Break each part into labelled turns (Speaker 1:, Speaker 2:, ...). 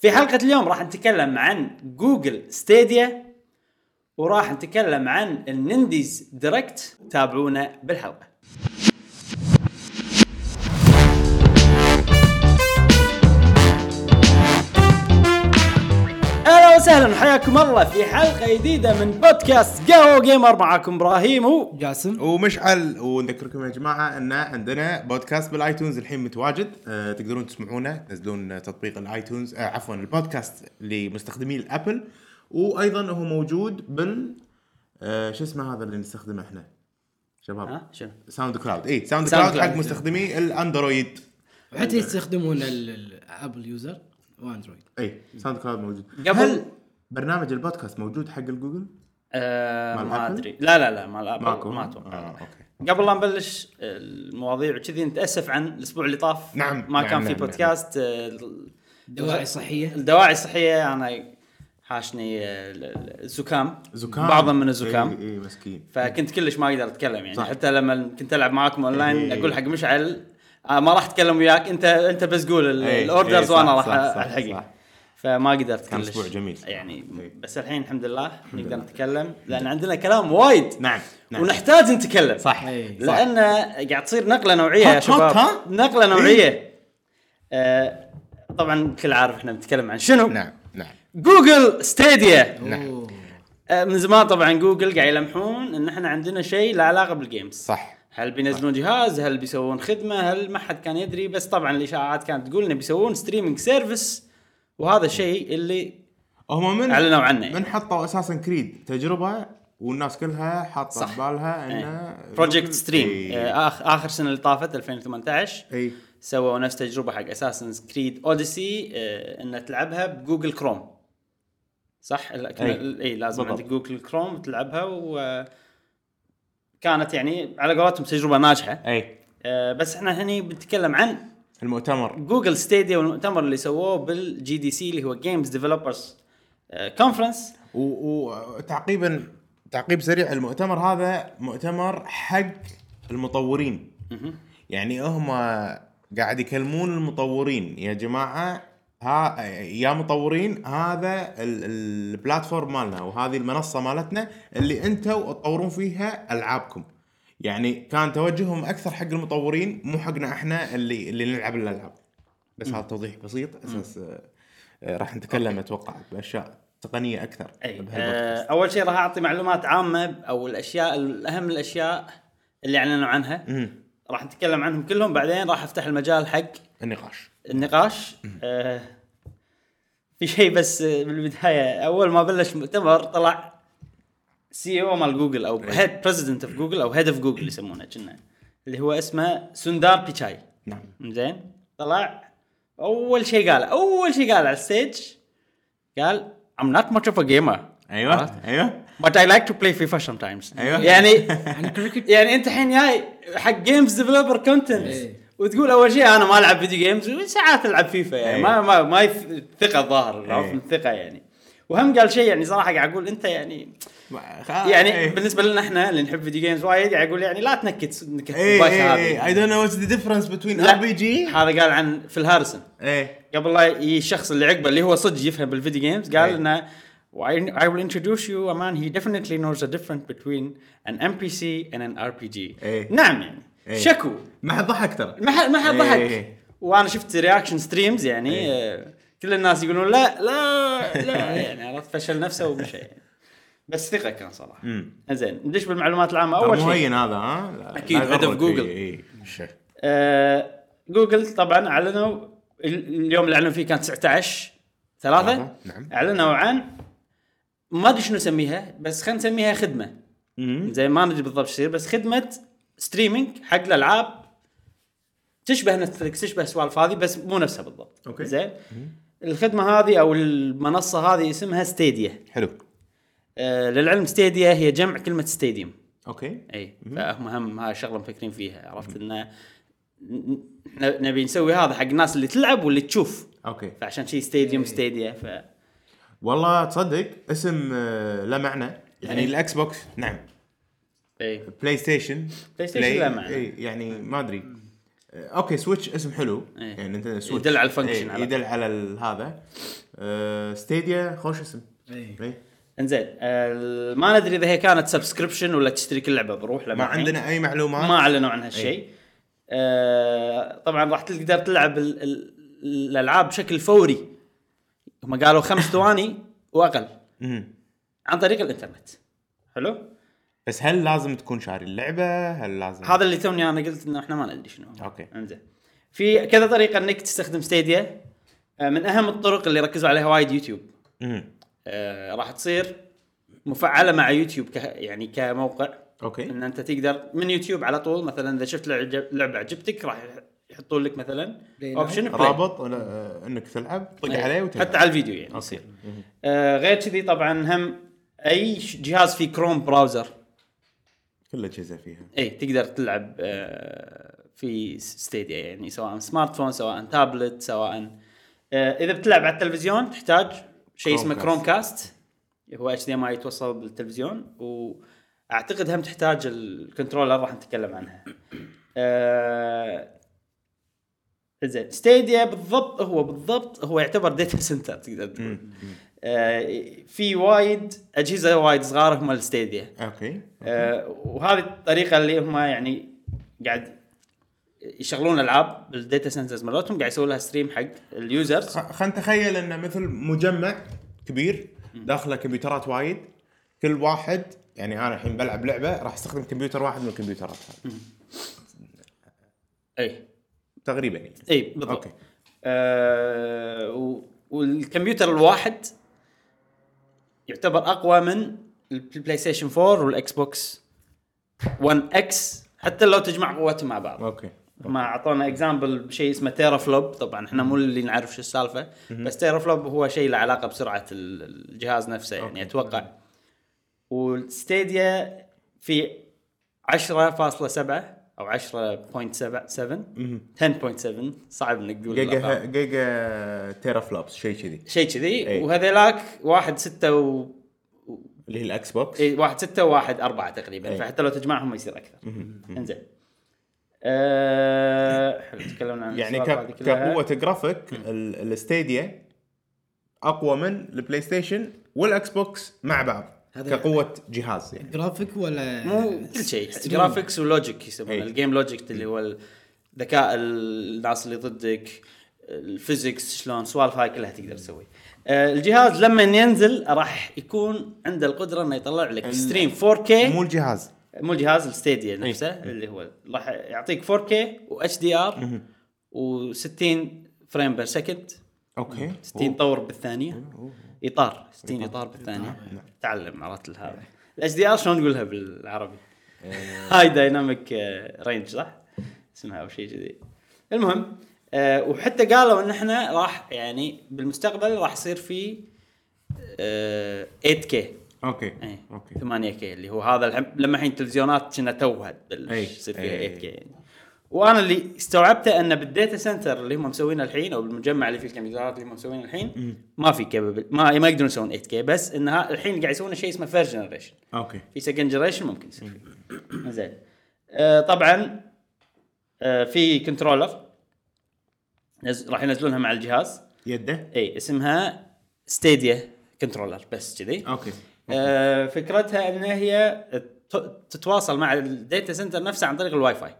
Speaker 1: في حلقة اليوم راح نتكلم عن جوجل ستيديا وراح نتكلم عن الننديز دايركت تابعونا بالحلقة اهلا وسهلا حياكم الله في حلقة جديدة من بودكاست قهوة جيمر معاكم ابراهيم و
Speaker 2: جاسم
Speaker 3: ومشعل ونذكركم يا جماعه ان عندنا بودكاست بالايتونز الحين متواجد أه تقدرون تسمعونه تنزلون تطبيق الايتونز أه عفوا البودكاست لمستخدمي الابل وايضا هو موجود بال أه شو اسمه هذا اللي نستخدمه احنا شباب
Speaker 1: ها شنو؟
Speaker 3: ساوند كلاود اي ساوند
Speaker 1: ساوند
Speaker 3: كلاود
Speaker 1: كلاود.
Speaker 3: حق مستخدمي الاندرويد
Speaker 2: حتى يستخدمون ال- ال- ابل يوزر واندرويد
Speaker 3: اي ساوند كلاود إيه، موجود
Speaker 1: قبل-
Speaker 3: هل برنامج البودكاست موجود حق الجوجل
Speaker 1: آه
Speaker 3: مال
Speaker 1: ما
Speaker 3: أبل؟
Speaker 1: ادري لا لا لا ما
Speaker 3: ماكو
Speaker 1: ما
Speaker 3: ها؟
Speaker 1: اتوقع
Speaker 3: آه، اوكي
Speaker 1: قبل لا نبلش آه، المواضيع وكذي نتاسف عن الاسبوع اللي طاف
Speaker 3: نعم،
Speaker 1: ما
Speaker 3: نعم،
Speaker 1: كان في
Speaker 3: نعم،
Speaker 1: بودكاست آه،
Speaker 2: دواعي صحيه
Speaker 1: الدواعي الصحيه انا حاشني آه، ال- ال- الزكام
Speaker 3: زكام
Speaker 1: بعضا من الزكام
Speaker 3: اي إيه، مسكين
Speaker 1: فكنت كلش ما اقدر اتكلم يعني
Speaker 3: صح.
Speaker 1: حتى لما كنت العب معاكم اونلاين
Speaker 3: إيه.
Speaker 1: اقول حق مشعل آه، ما راح اتكلم وياك انت انت بس قول ال-
Speaker 3: إيه، إيه،
Speaker 1: الاوردرز
Speaker 3: صح،
Speaker 1: وانا راح
Speaker 3: صح، صح،
Speaker 1: الحقك
Speaker 3: صح.
Speaker 1: فما قدرت
Speaker 3: كان
Speaker 1: كلش
Speaker 3: أسبوع جميل.
Speaker 1: يعني
Speaker 3: إيه.
Speaker 1: بس الحين الحمد لله نقدر نتكلم لان عندنا كلام وايد
Speaker 3: نعم نعم
Speaker 1: ونحتاج نتكلم صح
Speaker 2: إي،
Speaker 3: صح.
Speaker 1: لان قاعد تصير نقله نوعيه يا
Speaker 3: هوت،
Speaker 1: شباب
Speaker 3: هوت، ها؟
Speaker 1: نقله نوعيه آه طبعا كل عارف احنا بنتكلم عن شنو
Speaker 3: نعم نعم
Speaker 1: جوجل ستيديا
Speaker 3: نعم.
Speaker 2: أوه.
Speaker 1: آه من زمان طبعا جوجل قاعد يلمحون ان احنا عندنا شيء له علاقه بالجيمز
Speaker 3: صح
Speaker 1: هل بينزلون جهاز هل بيسوون خدمه هل ما حد كان يدري بس طبعا الاشاعات كانت تقول انه بيسوون ستريمينج سيرفيس وهذا الشيء اللي
Speaker 3: هم من
Speaker 1: أعلنوا عنه يعني.
Speaker 3: من حطوا اساسا كريد تجربه والناس كلها حاطه
Speaker 1: صح.
Speaker 3: ببالها إيه. انه
Speaker 1: بروجكت ستريم
Speaker 3: اي
Speaker 1: اخر سنه اللي طافت 2018
Speaker 3: اي
Speaker 1: سووا نفس تجربه حق اساسن كريد اوديسي ان آه، تلعبها بجوجل كروم صح اي
Speaker 3: أي.
Speaker 1: اي لازم
Speaker 3: بالضبط.
Speaker 1: عندك جوجل كروم تلعبها وكانت يعني على قولتهم تجربه ناجحه
Speaker 3: اي
Speaker 1: آه، بس احنا هني بنتكلم عن
Speaker 3: إيه. المؤتمر
Speaker 1: جوجل ستيديا والمؤتمر اللي سووه بالجي دي سي اللي هو آه، جيمز ديفلوبرز كونفرنس
Speaker 3: وتعقيبا تعقيب سريع المؤتمر هذا مؤتمر حق المطورين يعني هم قاعد يكلمون المطورين يا جماعه ها يا مطورين هذا ال- ال- البلاتفورم مالنا وهذه المنصه مالتنا اللي انتم تطورون فيها العابكم يعني كان توجههم اكثر حق المطورين مو حقنا احنا اللي اللي نلعب الالعاب بس هذا توضيح بسيط اساس آه، آه، راح نتكلم اتوقع باشياء تقنيه اكثر
Speaker 1: اي آه،
Speaker 3: بهالبودكاست.
Speaker 1: اول شيء راح اعطي معلومات عامه او الاشياء اهم الاشياء اللي اعلنوا عنها
Speaker 3: مم.
Speaker 1: راح نتكلم عنهم كلهم بعدين راح افتح المجال حق
Speaker 3: النقاش
Speaker 1: النقاش آه في شيء بس آه، بالبدايه اول ما بلش مؤتمر طلع سي او مال جوجل او هيد بريزدنت اوف جوجل او هيد اوف جوجل يسمونه كنا اللي هو اسمه سوندار بيتشاي
Speaker 3: نعم
Speaker 1: زين طلع اول شيء قال اول شيء قال على الستيج قال I'm not much of a gamer
Speaker 3: ايوه ايوه
Speaker 1: but I like to play FIFA sometimes
Speaker 3: أيوة.
Speaker 1: يعني
Speaker 2: عن كريكت
Speaker 1: يعني انت الحين جاي حق جيمز ديفلوبر كونتنت
Speaker 2: إيه.
Speaker 1: وتقول اول شيء انا ما العب فيديو جيمز وساعات العب فيفا يعني
Speaker 3: إيه.
Speaker 1: ما ما ما يف... الثقه الظاهر
Speaker 3: إيه.
Speaker 1: عرفت من الثقه يعني وهم قال شيء يعني صراحه قاعد اقول انت يعني
Speaker 3: آه، إيه.
Speaker 1: يعني بالنسبه لنا احنا اللي نحب فيديو جيمز وايد قاعد اقول يعني لا تنكت نكت
Speaker 3: اي
Speaker 1: الباشا هذه.
Speaker 3: اي اي دونت نو واتس ذا ديفرنس بتوين
Speaker 1: لا.
Speaker 3: ار بي جي
Speaker 1: هذا قال عن فيل هاريسون
Speaker 3: اي
Speaker 1: قبل لا يجي الشخص اللي عقبه اللي هو صدق يفهم بالفيديو جيمز قال
Speaker 3: إيه.
Speaker 1: انه "I- I will introduce you a man he definitely knows the difference between an NPC and an RPG.
Speaker 3: إيه.
Speaker 1: نعم يعني
Speaker 3: إيه.
Speaker 1: شكو
Speaker 3: ما حد ضحك ترى
Speaker 1: ما حد ما حد ضحك
Speaker 3: إيه.
Speaker 1: وانا شفت رياكشن ستريمز يعني آه، كل الناس يقولون لا لا لا يعني عرفت فشل نفسه ومشى يعني بس ثقه كان صراحه
Speaker 3: مم.
Speaker 1: زين ندش بالمعلومات العامه اول
Speaker 3: اول
Speaker 1: شيء
Speaker 3: مهين هذا ها لا-
Speaker 1: أكيد،
Speaker 3: لا
Speaker 1: هدف
Speaker 3: يغرك.
Speaker 1: جوجل.
Speaker 3: إي، إي. شيء. إيه.
Speaker 1: آه، جوجل طبعا اعلنوا ال- اليوم اللي اعلنوا فيه كان 19 ثلاثة
Speaker 3: ثلاثة، نعم.
Speaker 1: اعلنوا عن ما ادري شنو اسميها بس خلينا نسميها خدمه
Speaker 3: مم.
Speaker 1: زي ما ندري بالضبط شو يصير بس خدمه ستريمينج حق الالعاب تشبه نتفلكس تشبه السوالف هذه بس مو نفسها بالضبط
Speaker 3: أوكي.
Speaker 1: زين الخدمه هذه او المنصه هذه اسمها ستيديا
Speaker 3: حلو
Speaker 1: آه للعلم ستيديا هي جمع كلمه ستاديوم
Speaker 3: اوكي
Speaker 1: اي إيه، فهم هم هاي شغله مفكرين فيها عرفت انه ن- ن- نبي نسوي هذا حق الناس اللي تلعب واللي تشوف
Speaker 3: اوكي
Speaker 1: فعشان شي ستاديوم
Speaker 3: إيه.
Speaker 1: ستيديا ف
Speaker 3: والله تصدق اسم آه، له معنى يعني
Speaker 1: إي.
Speaker 3: الاكس بوكس نعم
Speaker 1: اي
Speaker 3: بلاي ستيشن
Speaker 1: بلاي ستيشن له معنى.
Speaker 3: إي، يعني إيه، ما ادري اوكي سويتش اسم حلو
Speaker 1: إيه.
Speaker 3: يعني انت سويتش
Speaker 1: يدل على الفانكشن على
Speaker 3: على يدل على ال- هذا آه، ستيديا خوش اسم
Speaker 2: إيه.
Speaker 3: إيه.
Speaker 1: انزين آه، ما ندري اذا هي كانت سبسكريبشن ولا تشتري كل لعبه بروح لها
Speaker 3: ما
Speaker 1: معي.
Speaker 3: عندنا إيه. اي معلومات
Speaker 1: إيه. ما اعلنوا عن هالشيء آه طبعا راح تقدر تلعب ال- ال- الالعاب بشكل فوري هم قالوا خمس ثواني واقل
Speaker 3: مم.
Speaker 1: عن طريق الانترنت حلو
Speaker 3: إيه. بس هل لازم تكون شاري اللعبه هل لازم
Speaker 1: هذا اللي توني انا قلت انه احنا ما ندري شنو هو.
Speaker 3: أوكي.
Speaker 1: انزين في كذا طريقه انك تستخدم ستيديا آه، من اهم الطرق اللي ركزوا عليها وايد يوتيوب
Speaker 3: مم.
Speaker 1: آه، راح تصير مفعله مع يوتيوب ك يعني كموقع
Speaker 3: اوكي
Speaker 1: ان انت تقدر من يوتيوب على طول مثلا اذا شفت لعج- لعبه عجبتك راح يحطون لك مثلا
Speaker 2: Play now.
Speaker 1: اوبشن
Speaker 3: رابط ولا- آه، انك تلعب طق عليه وتلعب
Speaker 1: حتى على الفيديو يعني يصير آه غير كذي طبعا هم اي ش- جهاز فيه كروم براوزر
Speaker 3: كل الاجهزه فيها
Speaker 1: اي إيه، تقدر تلعب آه في س- ستيديا يعني سواء سمارت فون سواء تابلت سواء آه اذا بتلعب على التلفزيون تحتاج شيء اسمه كروم
Speaker 3: Chromecast.
Speaker 1: كاست هو اتش دي ام اي يتوصل بالتلفزيون واعتقد هم تحتاج الكنترولر راح نتكلم عنها. آه زين ستيديا بالضبط هو بالضبط هو يعتبر داتا سنتر تقدر تقول. آه في وايد اجهزه وايد صغار هم الستيديا.
Speaker 3: اوكي
Speaker 1: آه، وهذه الطريقه اللي هم يعني قاعد يشغلون العاب بالديتا سنترز مالتهم قاعد يسوون لها ستريم حق اليوزرز
Speaker 3: خ- خلينا نتخيل انه مثل مجمع كبير داخله كمبيوترات وايد كل واحد يعني انا الحين بلعب لعبه راح استخدم كمبيوتر واحد من الكمبيوترات هذه
Speaker 1: اي
Speaker 3: تقريبا يعني
Speaker 1: اي بالضبط
Speaker 3: اوكي
Speaker 1: اوكي آه و- والكمبيوتر الواحد يعتبر اقوى من البلاي ستيشن 4 والاكس بوكس 1 اكس حتى لو تجمع قوتهم مع بعض
Speaker 3: اوكي
Speaker 1: ما اعطونا اكزامبل بشيء اسمه تيرا فلوب طبعا احنا مو اللي نعرف شو السالفه بس تيرا فلوب هو شيء له علاقه بسرعه ال- الجهاز نفسه يعني اتوقع والستيديا في 10.7 او 10.7 10.7 صعب انك تقول
Speaker 3: جيجا
Speaker 1: الأرقام.
Speaker 3: جيجا تيرا فلوبس شيء كذي
Speaker 1: شيء كذي
Speaker 3: إيه.
Speaker 1: وهذيلاك واحد ستة و
Speaker 3: اللي هي الاكس بوكس
Speaker 1: إيه واحد ستة وواحد أربعة تقريبا
Speaker 3: إيه.
Speaker 1: فحتى لو تجمعهم يصير أكثر انزين أه... حلو تكلمنا عن
Speaker 3: يعني
Speaker 1: الأسواق
Speaker 3: ك-
Speaker 1: هذه كلها.
Speaker 3: كقوه جرافيك ال- الستيديا اقوى من البلاي ستيشن والاكس بوكس مع بعض
Speaker 2: هذا-
Speaker 3: كقوه جهاز يعني
Speaker 2: جرافيك ولا
Speaker 1: مو كل شيء
Speaker 2: ستريم؟
Speaker 1: جرافيكس ولوجيك يسمونه
Speaker 3: إيه.
Speaker 1: الجيم لوجيك اللي هو الذكاء الناس اللي ضدك الفيزكس شلون سوالف هاي كلها تقدر تسوي آه، الجهاز لما ينزل راح يكون عنده القدره انه يطلع لك ستريم 4K
Speaker 3: مو إيه. الجهاز
Speaker 1: مو الجهاز الستيديا نفسه اللي هو راح يعطيك 4K و HDR و60 فريم بير سكند
Speaker 3: اوكي
Speaker 1: 60 طور بالثانيه اطار 60 اطار بالثانيه تعلم عرفت هذا الاتش دي ار شلون نقولها بالعربي؟ هاي دايناميك رينج صح؟ اسمها او شيء كذي المهم آه، وحتى قالوا ان احنا راح يعني بالمستقبل راح يصير في آه، 8K
Speaker 3: اوكي
Speaker 1: اي
Speaker 3: اوكي
Speaker 1: 8K إيه. اللي هو هذا الحين- لما الحين التلفزيونات كنا توها
Speaker 3: أي.
Speaker 1: تبلش يصير
Speaker 3: أي.
Speaker 1: فيها 8K يعني وانا اللي استوعبته ان بالديتا سنتر اللي هم مسوينه الحين او بالمجمع اللي فيه الكمبيوترات اللي هم مسوينه الحين ما في كابابل ما ما يقدرون يسوون 8K بس انها الحين قاعد يسوون شيء اسمه فيرست جنريشن
Speaker 3: اوكي
Speaker 1: في سكند جنريشن ممكن يصير فيه زين آه طبعا آه في كنترولر نز... راح ينزلونها مع الجهاز
Speaker 3: يده
Speaker 1: اي اسمها ستيديا كنترولر بس كذي
Speaker 3: اوكي
Speaker 1: آه، فكرتها ان هي ت- تتواصل مع الداتا سنتر نفسه عن طريق الواي فاي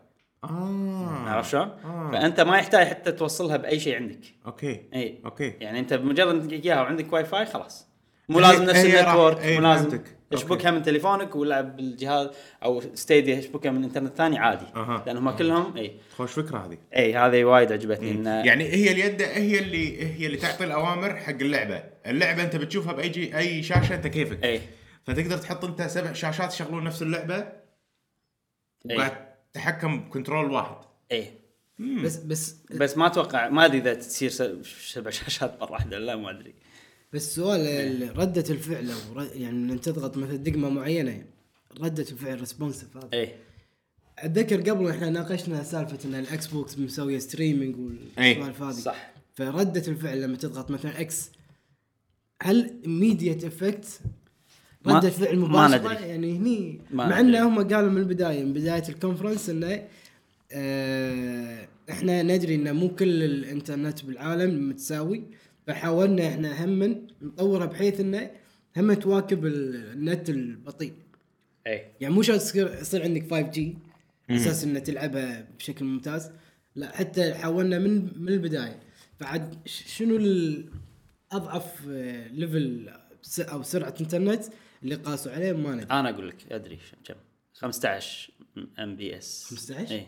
Speaker 3: اه
Speaker 1: عرفت شلون؟
Speaker 3: آه.
Speaker 1: فانت ما يحتاج حتى توصلها باي شيء عندك
Speaker 3: اوكي
Speaker 1: اي
Speaker 3: اوكي
Speaker 1: يعني انت بمجرد انك اياها وعندك واي فاي خلاص مو
Speaker 3: هي-
Speaker 1: لازم نفس
Speaker 3: هي راح-
Speaker 1: النتورك
Speaker 3: هي
Speaker 1: مو لازم
Speaker 3: فهمتك. أوكي.
Speaker 1: اشبكها من تليفونك ولا بالجهاز او ستيديا اشبكها من انترنت ثاني عادي
Speaker 3: أها.
Speaker 1: لان هم كلهم اي
Speaker 3: خوش فكره هذه
Speaker 1: اي هذه وايد عجبتني انه
Speaker 3: يعني هي اليد هي اللي هي اللي تعطي الاوامر حق اللعبه اللعبه انت بتشوفها باي جي اي شاشه انت كيفك
Speaker 1: اي
Speaker 3: فتقدر تحط انت سبع شاشات يشغلون نفس اللعبه
Speaker 1: اي
Speaker 3: وقاعد تتحكم بكنترول واحد
Speaker 1: اي
Speaker 2: بس بس
Speaker 1: بس ما اتوقع ما ادري اذا تصير س- سبع شاشات مره واحده لا ما ادري
Speaker 2: بس سؤال ال- ردة الفعل لو ر- يعني من أن تضغط مثلا دقمة معينة ردة الفعل ريسبونسف هذا
Speaker 1: اي
Speaker 2: اتذكر قبل احنا ناقشنا سالفه ان الاكس بوكس مسويه ستريمنج
Speaker 1: إيه.
Speaker 2: والسوالف هذه
Speaker 1: صح.
Speaker 2: فرده الفعل لما تضغط مثلا اكس هل ميديت افكت
Speaker 1: ما-
Speaker 2: ردة فعل
Speaker 1: ما
Speaker 2: مباشرة
Speaker 1: ندري.
Speaker 2: يعني هني
Speaker 1: ما
Speaker 2: مع
Speaker 1: ندري.
Speaker 2: انه هم قالوا من البداية من بداية الكونفرنس انه آه احنا ندري ان مو كل الانترنت بالعالم متساوي فحاولنا احنا هم نطوره بحيث انه هم تواكب ال- النت البطيء
Speaker 1: اي
Speaker 2: يعني مو شرط يصير يصير عندك 5 جي اساس انه تلعبها بشكل ممتاز لا حتى حاولنا من من البدايه بعد ش- شنو ال- اضعف آه، ليفل س- او سرعه انترنت اللي قاسوا عليه ما ندري
Speaker 1: انا اقول لك ادري ش- كم 15 ام بي اس
Speaker 2: 15
Speaker 1: اي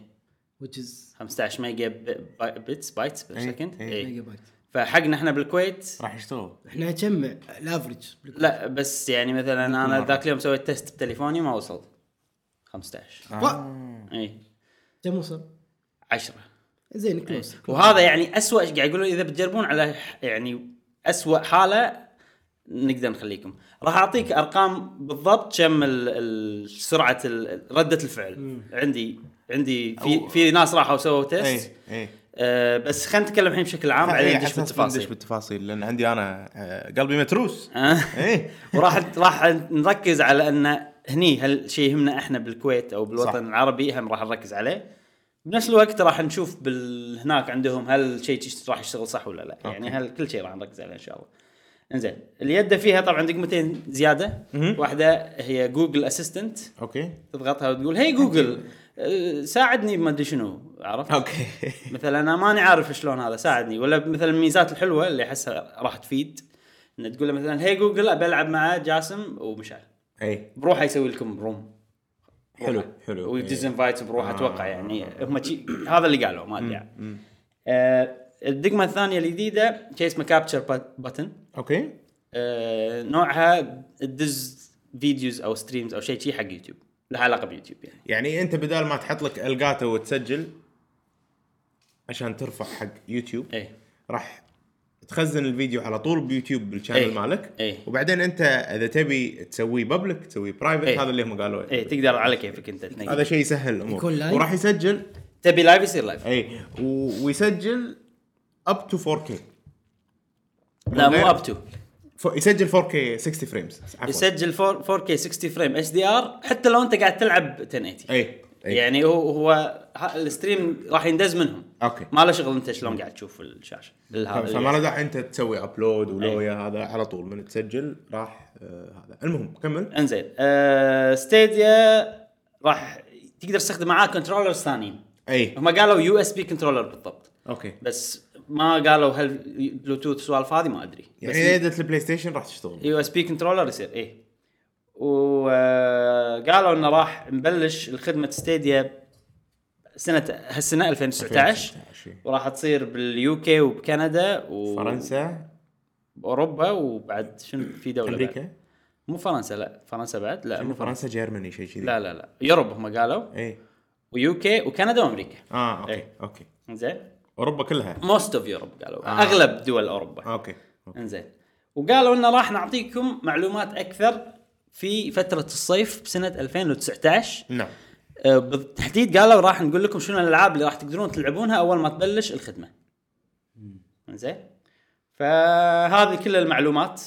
Speaker 2: which is
Speaker 1: 15 ميجا ب- باي- بتس بايتس بير
Speaker 3: إي،
Speaker 1: سكند
Speaker 3: إي.
Speaker 1: اي
Speaker 2: ميجا بايت
Speaker 1: فحقنا احنا إيه. بالكويت
Speaker 3: راح يشتغل
Speaker 2: احنا كم الافرج
Speaker 1: لا بس يعني مثلا انا
Speaker 3: مرة.
Speaker 1: ذاك اليوم سويت تيست بتليفوني ما وصلت إيه، 15
Speaker 3: آه.
Speaker 1: اي
Speaker 2: كم وصل؟
Speaker 1: 10
Speaker 2: زين كلوز
Speaker 1: وهذا يعني اسوء قاعد يقولون اذا بتجربون على ح- يعني اسوء حاله نقدر نخليكم راح اعطيك ارقام بالضبط كم ال- ال- سرعه ال- رده الفعل عندي عندي في
Speaker 3: أو-
Speaker 1: في ناس راحوا سووا تيست
Speaker 3: اي اي
Speaker 1: آه بس خلينا نتكلم الحين بشكل عام
Speaker 3: إيه،
Speaker 1: بعدين ندش
Speaker 3: ندش
Speaker 1: بالتفاصيل
Speaker 3: بالتفاصيل لان عندي انا آه، قلبي متروس إيه.
Speaker 1: آه.
Speaker 3: اي
Speaker 1: وراح راح نركز على ان هني هالشيء يهمنا احنا بالكويت او بالوطن
Speaker 3: صح.
Speaker 1: العربي هم راح نركز عليه بنفس الوقت راح نشوف بال... هناك عندهم هل شيء راح يشتغل صح ولا لا يعني
Speaker 3: أوكي.
Speaker 1: هل كل شيء راح نركز عليه ان شاء الله انزين اليد فيها طبعا دقمتين زياده
Speaker 3: مهم.
Speaker 1: واحده هي جوجل اسيستنت
Speaker 3: اوكي
Speaker 1: تضغطها وتقول هي جوجل آه، ساعدني ما ادري شنو عرفت
Speaker 3: اوكي
Speaker 1: مثلا انا ماني عارف شلون هذا ساعدني ولا مثلا الميزات الحلوه اللي احسها راح تفيد ان تقول له مثلا هي جوجل ابي العب مع جاسم ومشعل
Speaker 3: اي
Speaker 1: بروحه يسوي لكم روم
Speaker 3: إيه. حلو حلو
Speaker 1: ويدز
Speaker 3: إي.
Speaker 1: انفايت بروحه
Speaker 3: آه.
Speaker 1: اتوقع يعني هم شي- هذا اللي قالوا ما ادري يعني.
Speaker 3: مم.
Speaker 1: آه، الدقمه الثانيه الجديده شيء اسمه كابتشر باتن
Speaker 3: اوكي
Speaker 1: آه، نوعها تدز فيديوز او ستريمز او شيء شيء حق يوتيوب لها علاقه بيوتيوب يعني
Speaker 3: يعني انت بدال ما تحط لك الجاتو وتسجل عشان ترفع حق يوتيوب
Speaker 1: ايه
Speaker 3: راح تخزن الفيديو على طول بيوتيوب
Speaker 1: إيه.
Speaker 3: بالشانل مالك
Speaker 1: إيه.
Speaker 3: وبعدين انت اذا تبي تسويه بابليك تسويه برايفت
Speaker 1: إيه.
Speaker 3: هذا اللي هم قالوا
Speaker 1: ايه تقدر على كيفك انت تنقي.
Speaker 3: هذا شيء يسهل الامور
Speaker 2: يكون لايف؟
Speaker 3: وراح يسجل
Speaker 1: تبي لايف يصير لايف
Speaker 3: اي و... ويسجل اب تو 4K
Speaker 1: لا مو اب تو
Speaker 3: ف... يسجل 4K 60 فريمز
Speaker 1: يسجل 4 4K 60 فريم اتش دي ار حتى لو انت قاعد تلعب 1080
Speaker 3: اي اي يعني...
Speaker 1: يعني هو هو ه- الستريم راح يندز منهم
Speaker 3: اوكي
Speaker 1: ما له شغل انت شلون قاعد تشوف الشاشه
Speaker 3: ف-
Speaker 1: لهذا
Speaker 3: فما له داعي انت تسوي ابلود
Speaker 1: إيه.
Speaker 3: ولويا هذا على طول من تسجل راح آه هذا المهم كمل
Speaker 1: انزين آه ستيديا راح تقدر تستخدم معاه كنترولرز ثانيين
Speaker 3: اي
Speaker 1: هم قالوا يو اس بي كنترولر بالضبط
Speaker 3: اوكي
Speaker 1: بس ما قالوا هل بلوتوث سوالف هذه ما ادري
Speaker 3: يعني اذا ادت البلاي ستيشن راح تشتغل
Speaker 1: يو اس بي كنترولر يصير ايه وقالوا انه راح نبلش الخدمه ستيديا سنه هالسنه 2019
Speaker 3: 2019.
Speaker 1: وراح تصير باليو كي وبكندا و...
Speaker 3: فرنسا
Speaker 1: واوروبا وبعد شنو في دوله بعد.
Speaker 3: امريكا
Speaker 1: مو فرنسا لا فرنسا بعد لا مو فرنسا
Speaker 3: فرنسا جيرماني شيء كذي إيه.
Speaker 1: لا لا لا يوروب هم قالوا
Speaker 3: اي
Speaker 1: ويو كي وكندا وامريكا
Speaker 3: اه اوكي
Speaker 1: إيه.
Speaker 3: اوكي
Speaker 1: زين
Speaker 3: اوروبا كلها
Speaker 1: موست اوف يوروب قالوا
Speaker 3: آه.
Speaker 1: اغلب دول اوروبا
Speaker 3: اوكي
Speaker 1: انزين وقالوا انه راح نعطيكم معلومات اكثر في فتره الصيف بسنه 2019
Speaker 3: نعم
Speaker 1: أه، بالتحديد قالوا راح نقول لكم شنو الالعاب اللي راح تقدرون تلعبونها اول ما تبلش الخدمه انزين فهذه كل المعلومات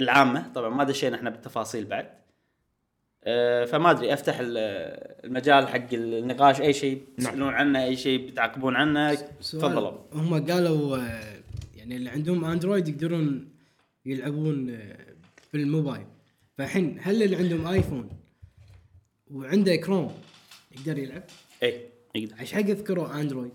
Speaker 1: العامه طبعا ما دشينا احنا بالتفاصيل بعد أه، فما ادري افتح ال- المجال حق النقاش اي شيء تسالون عنه اي شيء بتعاقبون عنه تفضلوا
Speaker 2: هم قالوا آه، يعني اللي عندهم اندرويد يقدرون يلعبون آه، بالموبايل فالحين هل اللي عندهم ايفون وعنده كروم يقدر يلعب؟
Speaker 1: اي إيه، يقدر
Speaker 2: ايش حق يذكروا اندرويد؟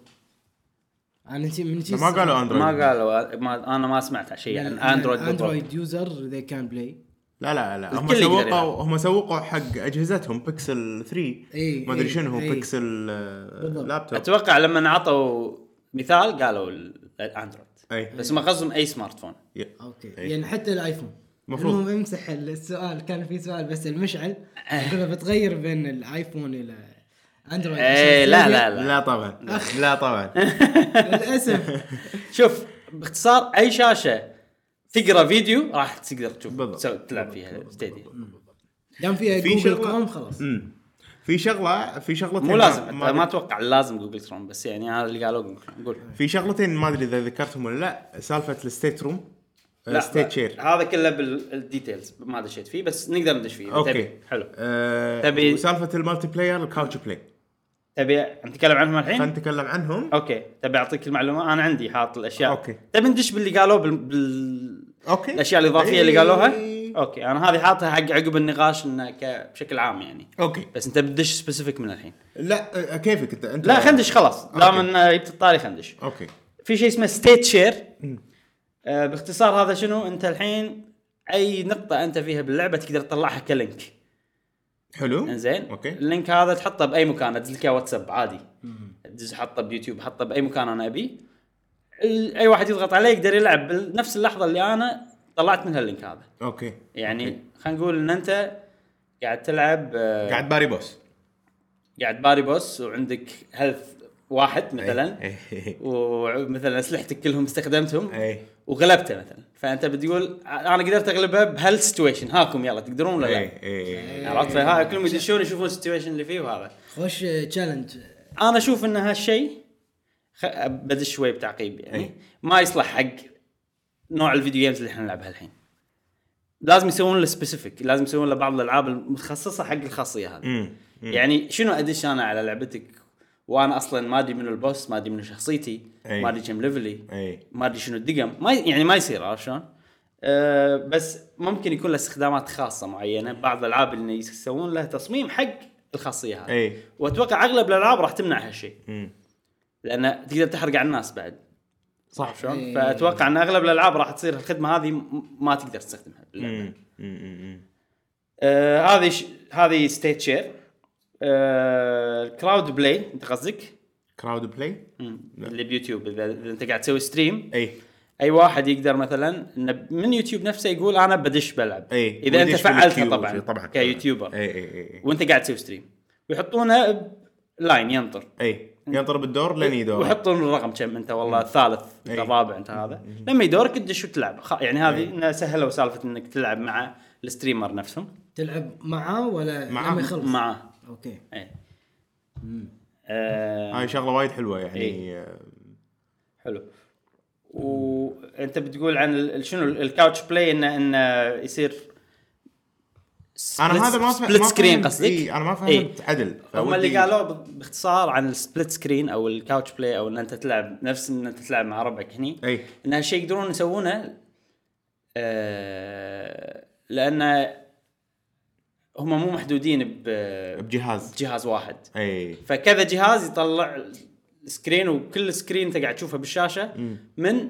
Speaker 2: انا نسي- من يعني
Speaker 3: ما قالوا اندرويد
Speaker 1: ما قالوا ما انا ما سمعت شيء عن اندرويد بالضبط
Speaker 2: اندرويد يوزر ذي كان بلاي
Speaker 3: لا لا لا هم
Speaker 1: الكل يقدر يلعب.
Speaker 3: سوقوا هم سوقوا حق اجهزتهم بيكسل 3
Speaker 2: إي،
Speaker 3: ما ادري
Speaker 2: إي،
Speaker 3: شنو
Speaker 2: إي.
Speaker 3: هو بيكسل آه،
Speaker 2: إيه، بالضبط.
Speaker 3: لابتوب
Speaker 1: اتوقع لما عطوا مثال قالوا ال- الاندرويد
Speaker 3: اي
Speaker 1: بس ما قصدهم اي سمارت فون
Speaker 3: ي-
Speaker 2: اوكي
Speaker 3: إيه.
Speaker 2: يعني حتى الايفون
Speaker 3: مفروض.
Speaker 2: المهم امسح السؤال كان في سؤال بس المشعل يقول بتغير بين الايفون الى اندرويد
Speaker 1: ايه لا لا لا
Speaker 3: لا طبعا لا طبعا
Speaker 2: للاسف
Speaker 1: شوف باختصار اي شاشه تقرا فيديو راح تقدر تشوف
Speaker 3: بالضبط.
Speaker 1: تسوي- تلعب فيها ستيديا
Speaker 2: دام فيها
Speaker 3: في
Speaker 2: جوجل
Speaker 3: شغلة-
Speaker 2: كروم خلاص
Speaker 3: أمم. في شغله في شغلتين
Speaker 1: مو
Speaker 3: ما-
Speaker 1: لازم
Speaker 3: ما
Speaker 1: ما, اتوقع لازم جوجل كروم بس يعني هذا اللي قالوا جوجل كروم. قول
Speaker 3: في شغلتين ما ادري اذا ذكرتهم ولا لا سالفه الستيت روم
Speaker 1: لا
Speaker 3: ستيت شير
Speaker 1: هذا كله بالديتيلز ما دشيت فيه بس نقدر ندش فيه إذا
Speaker 3: اوكي
Speaker 1: تبي. حلو
Speaker 3: يعني آه،
Speaker 1: تبي- إيه.
Speaker 3: وسالفه المالتي بلاير الكاوتش بلاي
Speaker 1: تبي نتكلم عنهم
Speaker 3: خلينا
Speaker 1: الحين؟
Speaker 3: نتكلم عنهم
Speaker 1: اوكي تبي اعطيك المعلومه انا عندي حاط الاشياء
Speaker 3: أوكي.
Speaker 1: تبي ندش باللي قالوه بال... بال...
Speaker 3: اوكي
Speaker 1: الاشياء الاضافيه اللي قالوها
Speaker 3: إيه.
Speaker 1: اوكي انا هذه حاطها حق عقب النقاش انه ك... بشكل عام يعني
Speaker 3: اوكي
Speaker 1: بس انت بتدش سبيسيفيك من الحين
Speaker 3: لا آه، كيفك انت انت
Speaker 1: لا خندش خلاص دام
Speaker 3: أوكي.
Speaker 1: ان جبت الطاري خندش
Speaker 3: اوكي
Speaker 1: في شيء اسمه ستيت شير آه باختصار هذا شنو انت الحين اي نقطه انت فيها باللعبه تقدر تطلعها كلينك
Speaker 3: حلو
Speaker 1: انزين
Speaker 3: اوكي
Speaker 1: اللينك هذا تحطه باي مكان ادز لك إياه واتساب عادي تدز حطه بيوتيوب حطه باي مكان انا ابي ال- اي واحد يضغط عليه يقدر يلعب بنفس اللحظه اللي انا طلعت منها اللينك هذا
Speaker 3: اوكي
Speaker 1: يعني خلينا نقول ان انت قاعد تلعب آه،
Speaker 3: قاعد باري بوس
Speaker 1: قاعد باري بوس وعندك هيلث واحد مثلا
Speaker 3: إيه. إيه.
Speaker 1: ومثلا اسلحتك كلهم استخدمتهم
Speaker 3: اي
Speaker 1: وغلبته مثلا فانت بتقول انا قدرت اغلبها بهالسيتويشن هاكم يلا تقدرون ولا لا؟
Speaker 3: اي اي
Speaker 1: عرفت فها كلهم يدشون يشوفون السيتويشن اللي فيه وهذا
Speaker 2: خوش آه، تشالنج
Speaker 1: انا اشوف ان هالشيء خ... بدش شوي بتعقيب يعني
Speaker 3: أي.
Speaker 1: ما يصلح حق نوع الفيديو جيمز اللي احنا نلعبها الحين لازم يسوون له سبيسيفيك لازم يسوون له بعض الالعاب المتخصصه حق الخاصيه هذه
Speaker 3: أمم.
Speaker 1: يعني شنو ادش انا على لعبتك وانا اصلا ما ادري منو البوس ما ادري منو شخصيتي
Speaker 3: أي.
Speaker 1: ما ادري كم ليفلي
Speaker 3: اي
Speaker 1: ما ادري شنو الدقم ما ي- يعني ما يصير عرفت شلون؟ أه بس ممكن يكون له استخدامات خاصه معينه بعض الالعاب اللي يسوون له تصميم حق الخاصيه هذه
Speaker 3: أي.
Speaker 1: واتوقع اغلب الالعاب راح تمنع هالشيء
Speaker 3: أمم.
Speaker 1: لان تقدر تحرق على الناس بعد
Speaker 3: صح
Speaker 1: شلون؟
Speaker 2: إيه.
Speaker 1: فاتوقع ان اغلب الالعاب راح تصير الخدمه هذه م- ما تقدر تستخدمها باللعبة.
Speaker 3: أمم. أمم. أمم.
Speaker 1: آه، هذه ش... هذه أه، ستيت شير كراود بلاي انت قصدك
Speaker 3: كراود بلاي
Speaker 1: مم، اللي بيوتيوب اذا إذا انت قاعد تسوي ستريم
Speaker 3: اي
Speaker 1: اي واحد يقدر مثلا إنه من يوتيوب نفسه يقول انا بدش بلعب
Speaker 3: اي
Speaker 1: اذا انت
Speaker 3: ويدش
Speaker 1: فعلتها
Speaker 3: بالكيو
Speaker 1: طبعا
Speaker 3: وشي، طبعا
Speaker 1: كيوتيوبر
Speaker 3: اي اي اي
Speaker 1: وانت قاعد تسوي ستريم ويحطونه لاين ينطر
Speaker 3: اي ينطر بالدور لين يدور
Speaker 1: ويحطون الرقم كم انت والله الثالث
Speaker 3: إي.
Speaker 1: انت الرابع انت هذا لما يدورك تدش وتلعب خ- يعني هذه إنها سهلوا سالفه انك تلعب مع الستريمر نفسهم
Speaker 2: تلعب معاه ولا
Speaker 3: معاه.
Speaker 2: لما يخلص؟
Speaker 1: معاه
Speaker 2: اوكي
Speaker 1: اي إيه. آه
Speaker 3: هاي شغله وايد حلوه يعني
Speaker 1: إيه. حلو وانت بتقول عن ال- ال- شنو ال- الكاوتش بلاي انه انه يصير
Speaker 3: انا هذا ما فهمت إيه.
Speaker 1: سبلت سكرين قصدك
Speaker 3: اي انا ما فهمت عدل
Speaker 1: هم
Speaker 3: فودي-
Speaker 1: اللي قالوا ب- باختصار عن السبلت سكرين او الكاوتش بلاي او ان انت تلعب نفس ان انت تلعب مع ربعك هني
Speaker 3: اي
Speaker 1: ان هالشيء يقدرون يسوونه آه لان هم مو محدودين ب-
Speaker 3: بجهاز
Speaker 1: بجهاز واحد
Speaker 3: اي
Speaker 1: فكذا جهاز يطلع سكرين وكل سكرين انت قاعد تشوفه بالشاشه من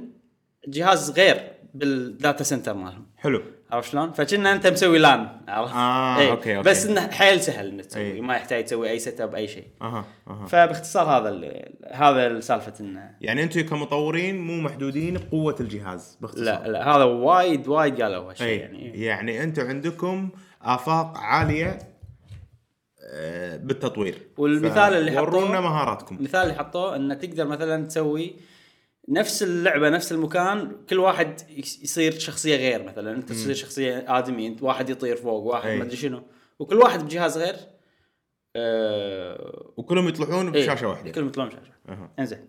Speaker 1: جهاز غير بالداتا سنتر مالهم
Speaker 3: حلو
Speaker 1: عرفت شلون؟ فكنا انت مسوي لان عرفت؟
Speaker 3: آه،
Speaker 1: إيه.
Speaker 3: أوكي، أوكي.
Speaker 1: بس انه حيل سهل انك تسوي
Speaker 3: إيه. آه.
Speaker 1: ما يحتاج تسوي اي سيت اب اي شيء
Speaker 3: اها اها
Speaker 1: فباختصار هذا ال- هذا سالفه انه
Speaker 3: يعني انتم كمطورين مو محدودين بقوه الجهاز باختصار
Speaker 1: لا لا هذا وايد وايد قالوا هالشيء
Speaker 3: اي
Speaker 1: يعني
Speaker 3: يعني, يعني انتم عندكم افاق عاليه آه، بالتطوير
Speaker 1: والمثال اللي حطوه-
Speaker 3: ورونا مهاراتكم
Speaker 1: المثال اللي حطوه انه تقدر مثلا تسوي نفس اللعبه نفس المكان كل واحد يس- يصير شخصيه غير مثلا انت تصير شخصيه ادمي انت واحد يطير فوق واحد
Speaker 3: أي.
Speaker 1: ما ادري شنو وكل واحد بجهاز غير آه،
Speaker 3: وكلهم يطلعون
Speaker 1: إيه،
Speaker 3: بشاشه واحده
Speaker 1: كلهم يطلعون بشاشه
Speaker 3: أها.
Speaker 1: انزين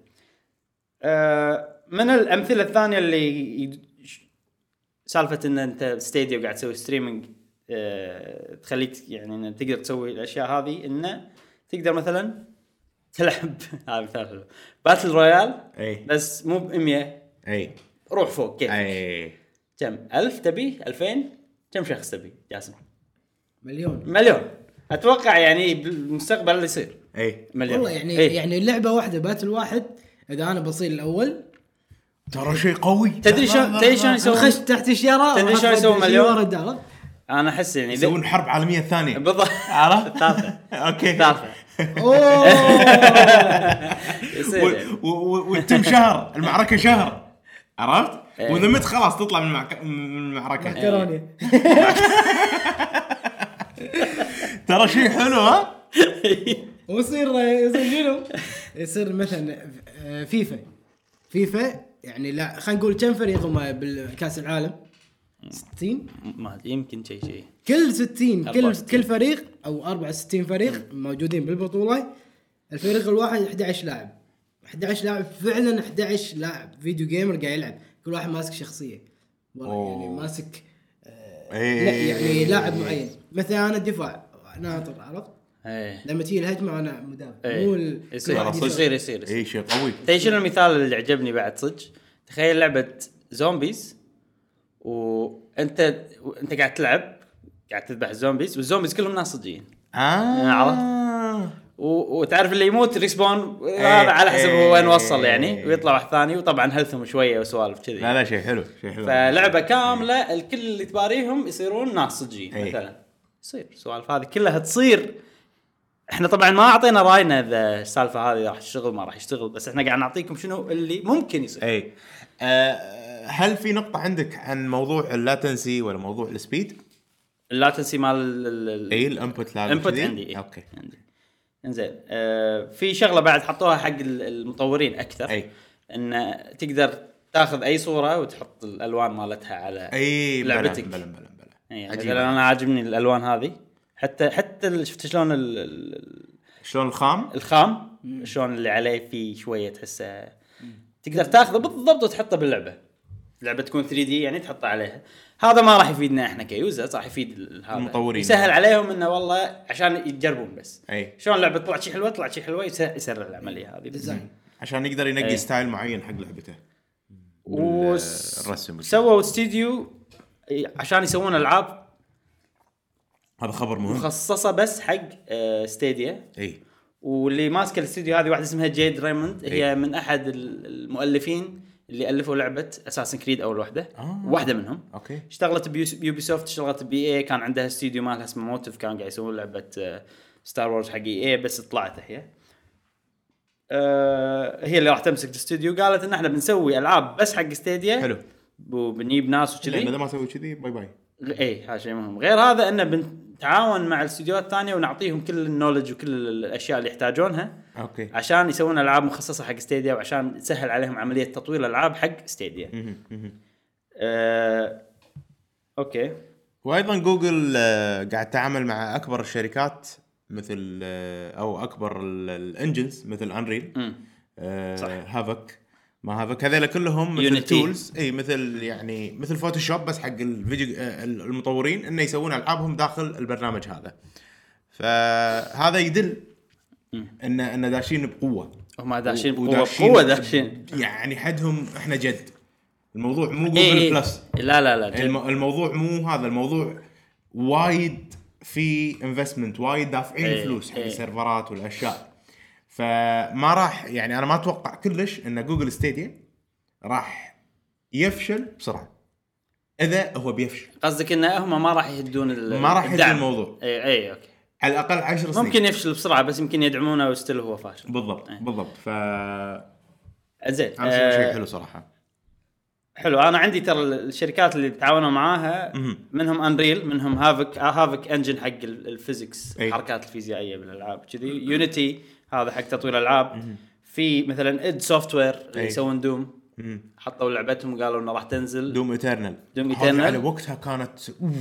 Speaker 1: آه، من الامثله الثانيه اللي ي- ش- سالفه ان انت ستيديو قاعد تسوي ستريمنج تخليك يعني إن تقدر تسوي الاشياء هذه انه تقدر مثلا تلعب هذا مثال حلو باتل رويال
Speaker 3: اي
Speaker 1: بس مو ب 100
Speaker 3: اي
Speaker 1: روح فوق
Speaker 3: إيه.
Speaker 1: كيف
Speaker 3: اي
Speaker 1: كم 1000 تبي 2000 كم شخص تبي جاسم
Speaker 2: مليون
Speaker 1: مليون اتوقع يعني بالمستقبل اللي يصير
Speaker 3: اي
Speaker 1: مليون
Speaker 2: والله يعني
Speaker 1: إيه.
Speaker 2: يعني لعبه واحده باتل واحد اذا انا بصير الاول
Speaker 3: ترى شيء قوي
Speaker 1: تدري شلون تدري شلون يسوون
Speaker 2: انخش تحت الشارع
Speaker 1: تدري شلون
Speaker 2: وأحط
Speaker 1: يسوون
Speaker 2: شي
Speaker 1: مليون؟
Speaker 2: ورا الدار.
Speaker 1: انا احس يعني
Speaker 3: يسوون حرب عالميه ثانيه
Speaker 1: بالضبط
Speaker 3: عرفت؟
Speaker 1: الثالثة
Speaker 3: اوكي
Speaker 1: الثالثة
Speaker 2: اوه
Speaker 1: يصير يعني.
Speaker 3: و- و- وتتم شهر المعركه شهر عرفت؟
Speaker 1: إيه.
Speaker 3: واذا مت خلاص تطلع من المعك- من المعركه
Speaker 2: مكروني
Speaker 3: ترى شيء حلو ها؟
Speaker 2: ويصير آه، يصير شنو؟ يصير مثلا آه، فيفا فيفا يعني لا خلينا نقول كم فريق هم بالكاس العالم؟ 60
Speaker 1: ما أدري، يمكن شيء شيء
Speaker 2: كل 60 كل
Speaker 1: 64.
Speaker 2: كل فريق او 64 فريق
Speaker 1: نعم.
Speaker 2: موجودين بالبطوله الفريق الواحد 11 لاعب 11 لاعب فعلا 11 لاعب فيديو جيمر قاعد يلعب كل واحد ماسك شخصيه والله يعني
Speaker 3: أوه.
Speaker 2: ماسك يعني آه،
Speaker 3: إيه.
Speaker 2: لا يعني لاعب معين مثلا انا الدفاع ناطر عرفت
Speaker 1: ايه
Speaker 2: لما تجي الهجمه انا مدافع
Speaker 1: إيه.
Speaker 2: مو ال-
Speaker 1: يصير.
Speaker 2: كل واحد
Speaker 1: يصير
Speaker 2: يسوي.
Speaker 1: يصير يصير
Speaker 3: اي إيه، شيء قوي
Speaker 1: تدري شنو المثال اللي عجبني بعد صدق؟ تخيل لعبه زومبيز وانت انت قاعد تلعب قاعد تذبح الزومبيز والزومبيز كلهم ناس صجيين
Speaker 3: اه
Speaker 1: آه، عرفت؟ و... وتعرف اللي يموت ريسبون هذا
Speaker 3: إيه.
Speaker 1: على حسب هو وين وصل يعني
Speaker 3: إيه.
Speaker 1: ويطلع واحد ثاني وطبعا هلثهم شويه وسوالف كذي
Speaker 3: لا لا شيء حلو شيء حلو
Speaker 1: فلعبه كامله الكل اللي تباريهم يصيرون ناس صجيين
Speaker 3: إيه.
Speaker 1: مثلا يصير السوالف هذه كلها تصير احنا طبعا ما اعطينا راينا اذا السالفه هذه راح تشتغل ما راح يشتغل بس احنا قاعد نعطيكم شنو اللي ممكن يصير
Speaker 3: اي إيه. آه، هل في نقطة عندك عن موضوع اللاتنسي ولا موضوع السبيد؟
Speaker 1: لا تنسي مال ال- ال- ال-
Speaker 3: اي الانبوت لازم
Speaker 1: الانبوت
Speaker 3: إيه. كذي؟
Speaker 1: عندي إيه.
Speaker 3: اوكي
Speaker 1: عندي انزين آه في شغله بعد حطوها حق ال- المطورين اكثر
Speaker 3: أي.
Speaker 1: ان تقدر تاخذ اي صوره وتحط الالوان مالتها على إيه،
Speaker 3: اي بلا
Speaker 1: لعبتك.
Speaker 3: بلا بلا بلا
Speaker 1: اي
Speaker 3: إيه. عجيبة.
Speaker 1: مثلا انا عاجبني الالوان هذه حتى حتى ال- شفت شلون ال- ال-
Speaker 3: شلون الخام؟
Speaker 1: الخام شلون اللي عليه فيه شويه تحسه تقدر تاخذه بالضبط وتحطه باللعبه اللعبه تكون 3 دي يعني تحطه عليها هذا ما راح يفيدنا احنا كيوزرز راح يفيد ال- هذا
Speaker 3: المطورين.
Speaker 1: يسهل عليهم انه والله عشان يتجربون بس
Speaker 3: اي
Speaker 1: شلون اللعبه طلعت شي حلوه طلعت شي حلوه يسه- يسرع العمليه هذه
Speaker 2: ديزاين
Speaker 3: عشان يقدر ينقي
Speaker 1: أي.
Speaker 3: ستايل معين حق لعبته
Speaker 1: والرسم
Speaker 3: الرسم.
Speaker 1: سووا استديو عشان يسوون العاب
Speaker 3: هذا خبر مهم إيه.
Speaker 1: مخصصه بس حق آه، ستيديا
Speaker 3: اي
Speaker 1: واللي ماسكه الاستديو هذه واحده اسمها جيد ريموند هي
Speaker 3: إيه.
Speaker 1: من احد ال- المؤلفين اللي الفوا لعبه اساسن كريد اول واحده
Speaker 3: آه.
Speaker 1: واحده منهم
Speaker 3: اوكي
Speaker 1: اشتغلت بيوس- بيوبي سوفت اشتغلت بي اي كان عندها استوديو مالها اسمه موتيف كان قاعد يسوون لعبه ستار وورز حق اي اي بس طلعت هي آه، هي اللي راح تمسك الاستوديو قالت ان احنا بنسوي العاب بس حق ستيديا
Speaker 3: حلو إيه،
Speaker 1: وبنجيب ناس
Speaker 3: لان اذا
Speaker 1: وكذي
Speaker 3: ما سوي كذي باي باي
Speaker 1: اي هذا شيء مهم غير هذا انه بنتعاون مع الاستديوهات الثانيه ونعطيهم كل النولج وكل الاشياء اللي يحتاجونها
Speaker 3: اوكي
Speaker 1: عشان يسوون العاب مخصصه حق ستيديا وعشان تسهل عليهم عمليه تطوير الالعاب حق ستيديا.
Speaker 3: مهم، مهم.
Speaker 1: آه، اوكي
Speaker 3: وايضا جوجل آه، قاعد تعامل مع اكبر الشركات مثل آه، او اكبر ال- الانجنز مثل انريل
Speaker 1: مم. Mm. صح.
Speaker 3: هافك ما هافك هذول كلهم مثل
Speaker 1: Unity.
Speaker 3: تولز اي مثل يعني مثل فوتوشوب بس حق الفيديو آه، المطورين انه يسوون العابهم داخل البرنامج هذا فهذا يدل
Speaker 1: Mm.
Speaker 3: ان ان داشين بقوه
Speaker 1: هم داشين
Speaker 3: و-
Speaker 1: بقوه
Speaker 3: وداشين-
Speaker 1: بقوه داشين
Speaker 3: يعني حدهم احنا جد الموضوع مو جوجل
Speaker 1: إيه، إيه.
Speaker 3: بلس
Speaker 1: لا لا لا جد.
Speaker 3: الم- الموضوع مو هذا الموضوع وايد في انفستمنت وايد دافعين
Speaker 1: إيه،
Speaker 3: ايه فلوس حق
Speaker 1: إيه.
Speaker 3: ايه السيرفرات والاشياء فما راح يعني انا ما اتوقع كلش ان جوجل ستيديا راح يفشل بسرعه اذا هو بيفشل
Speaker 1: قصدك ان هم ما راح يهدون ال-
Speaker 3: ما راح يهدون
Speaker 1: الدعم.
Speaker 3: الموضوع.
Speaker 1: اي اي اوكي
Speaker 3: على الاقل 10 سنين
Speaker 1: ممكن يفشل بسرعه بس يمكن يدعمونه وستيل هو فاشل.
Speaker 3: بالضبط
Speaker 1: إيه.
Speaker 3: بالضبط ف
Speaker 1: زين
Speaker 3: هذا شيء
Speaker 1: آه،
Speaker 3: حلو صراحه
Speaker 1: حلو انا عندي ترى الشركات اللي تعاونوا معاها
Speaker 3: مهم.
Speaker 1: منهم انريل منهم هافك آه، هافك انجن حق ال- الفيزيكس
Speaker 3: أي.
Speaker 1: الحركات الفيزيائيه بالالعاب كذي يونيتي هذا حق تطوير الالعاب في مثلا اد سوفت وير اللي
Speaker 3: أي.
Speaker 1: يسوون دوم
Speaker 3: مم.
Speaker 1: حطوا لعبتهم وقالوا انه راح تنزل
Speaker 3: دوم ايترنال
Speaker 1: دوم
Speaker 3: هذه
Speaker 1: إيترنال.
Speaker 3: على وقتها كانت اوف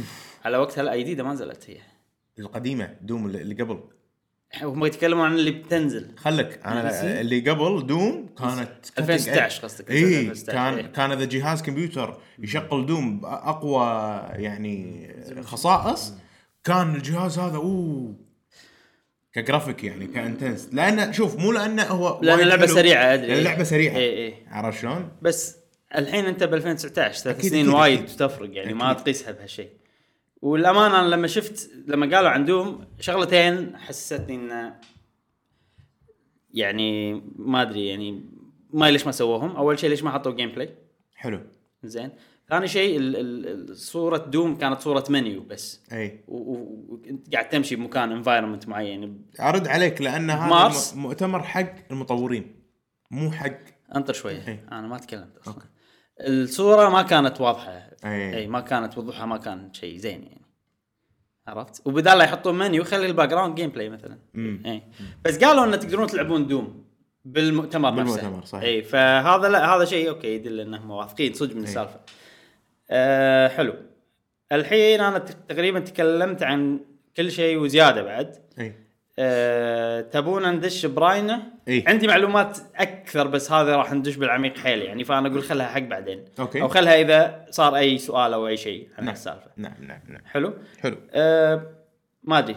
Speaker 1: على وقتها لا جديده ما نزلت هي
Speaker 3: القديمه دوم اللي اللي قبل
Speaker 1: هم يتكلمون عن اللي بتنزل
Speaker 3: خلك
Speaker 2: PC؟
Speaker 3: انا اللي قبل دوم كانت
Speaker 1: 2016 قصدك،
Speaker 3: اي
Speaker 1: 2016 إيه.
Speaker 3: كان كان اذا جهاز كمبيوتر يشغل دوم باقوى يعني خصائص كان الجهاز هذا اوه كجرافيك يعني كانتنس لانه شوف مو لانه هو
Speaker 1: لان
Speaker 3: وايد
Speaker 1: اللعبه
Speaker 3: حلو.
Speaker 1: سريعه ادري
Speaker 3: لأن اللعبه سريعه
Speaker 1: اي اي
Speaker 3: عرفت شلون؟
Speaker 1: بس الحين انت ب 2019 ثلاث
Speaker 3: أكيد،
Speaker 1: سنين
Speaker 3: أكيد،
Speaker 1: وايد
Speaker 3: أكيد.
Speaker 1: تفرق يعني ما
Speaker 3: أكيد.
Speaker 1: تقيسها بهالشيء والامانه انا لما شفت لما قالوا عن دوم شغلتين حسستني انه يعني ما ادري يعني ما ليش ما سووهم اول شيء ليش ما حطوا جيم بلاي
Speaker 3: حلو
Speaker 1: زين ثاني شيء ال- ال- ال- صوره دوم كانت صوره منيو بس
Speaker 3: اي
Speaker 1: و- و- وانت قاعد تمشي بمكان انفايرمنت معين
Speaker 3: ارد عليك لان هذا
Speaker 1: مارس.
Speaker 3: م- مؤتمر حق المطورين مو حق
Speaker 1: انطر شويه
Speaker 3: إيه.
Speaker 1: انا ما تكلمت اصلا الصوره ما كانت واضحه
Speaker 3: إيه.
Speaker 1: اي ما كانت وضوحها ما كان شيء زين يعني عرفت وبدال لا يحطون منيو خلي الباك جراوند جيم بلاي مثلا
Speaker 3: مم.
Speaker 1: اي إيه. بس قالوا ان تقدرون تلعبون دوم بالمؤتمر نفسه
Speaker 3: بالمؤتمر، صحيح.
Speaker 1: اي فهذا لا هذا شيء اوكي يدل انهم واثقين صدق من
Speaker 3: إيه.
Speaker 1: السالفه آه حلو الحين انا تق- تقريبا تكلمت عن كل شيء وزياده بعد
Speaker 3: اي
Speaker 1: آه، تبونا ندش براينا
Speaker 3: إيه.
Speaker 1: عندي معلومات اكثر بس هذا راح ندش بالعميق حيل يعني فانا اقول خلها حق بعدين
Speaker 3: أوكي.
Speaker 1: او خلها اذا صار اي سؤال او اي شيء عن آه،
Speaker 3: نعم.
Speaker 1: السالفه
Speaker 3: نعم نعم نعم
Speaker 1: حلو
Speaker 3: حلو
Speaker 1: أه ما ادري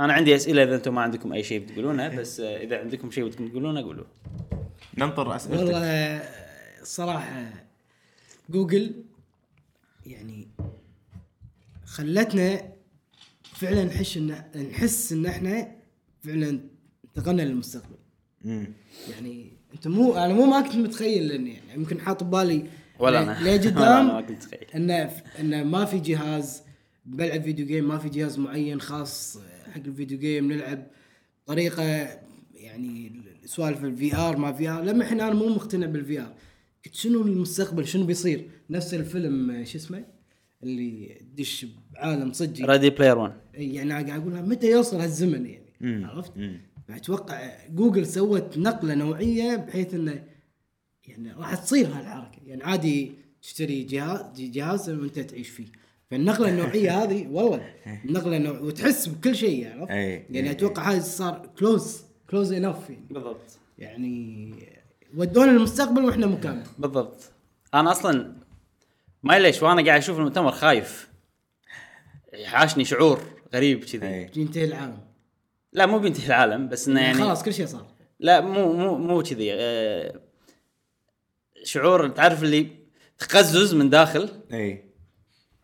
Speaker 1: انا عندي اسئله اذا انتم ما عندكم اي شيء بتقولونه بس آه، اذا عندكم شيء بدكم تقولونه قولوا
Speaker 3: ننطر اسئلتك
Speaker 2: والله صراحة جوجل يعني خلتنا فعلا نحس ان نحس ان احنا فعلا انتقلنا للمستقبل
Speaker 3: مم.
Speaker 2: يعني انت مو انا مو ما كنت متخيل اني يعني يمكن حاط ببالي
Speaker 1: ولا انا
Speaker 2: ليه
Speaker 1: ولا انا ما
Speaker 2: قدام
Speaker 1: كنت اتخيل
Speaker 2: انه انه ما في جهاز بلعب فيديو جيم ما في جهاز معين خاص حق الفيديو جيم نلعب طريقه يعني سوالف الفي ار ما في ار لما احنا انا مو مقتنع بالفي ار قلت شنو المستقبل شنو بيصير نفس الفيلم آه، شو اسمه اللي دش بعالم صجي
Speaker 1: ريدي بلاير 1
Speaker 2: يعني أنا قاعد اقولها متى يوصل هالزمن يعني
Speaker 3: مم.
Speaker 2: عرفت؟
Speaker 3: مم.
Speaker 2: اتوقع جوجل سوت نقله نوعيه بحيث انه يعني راح تصير هالحركه يعني عادي تشتري جهاز جهاز وانت تعيش فيه فالنقله النوعيه هذه والله النقله النوع وتحس بكل شيء عرفت؟
Speaker 3: أي.
Speaker 2: يعني
Speaker 3: أي.
Speaker 2: اتوقع هذا صار كلوز كلوز انف يعني,
Speaker 1: بالضبط
Speaker 2: يعني ودونا المستقبل واحنا مكانه
Speaker 1: بالضبط انا اصلا ما ليش وانا قاعد اشوف المؤتمر خايف حاشني شعور غريب كذي
Speaker 3: أي.
Speaker 2: ينتهي العالم
Speaker 1: لا مو بينتهي العالم بس انه
Speaker 2: يعني
Speaker 1: يعني
Speaker 2: خلاص كل شيء صار
Speaker 1: لا مو مو مو كذي آه، شعور تعرف اللي تقزز من داخل
Speaker 3: اي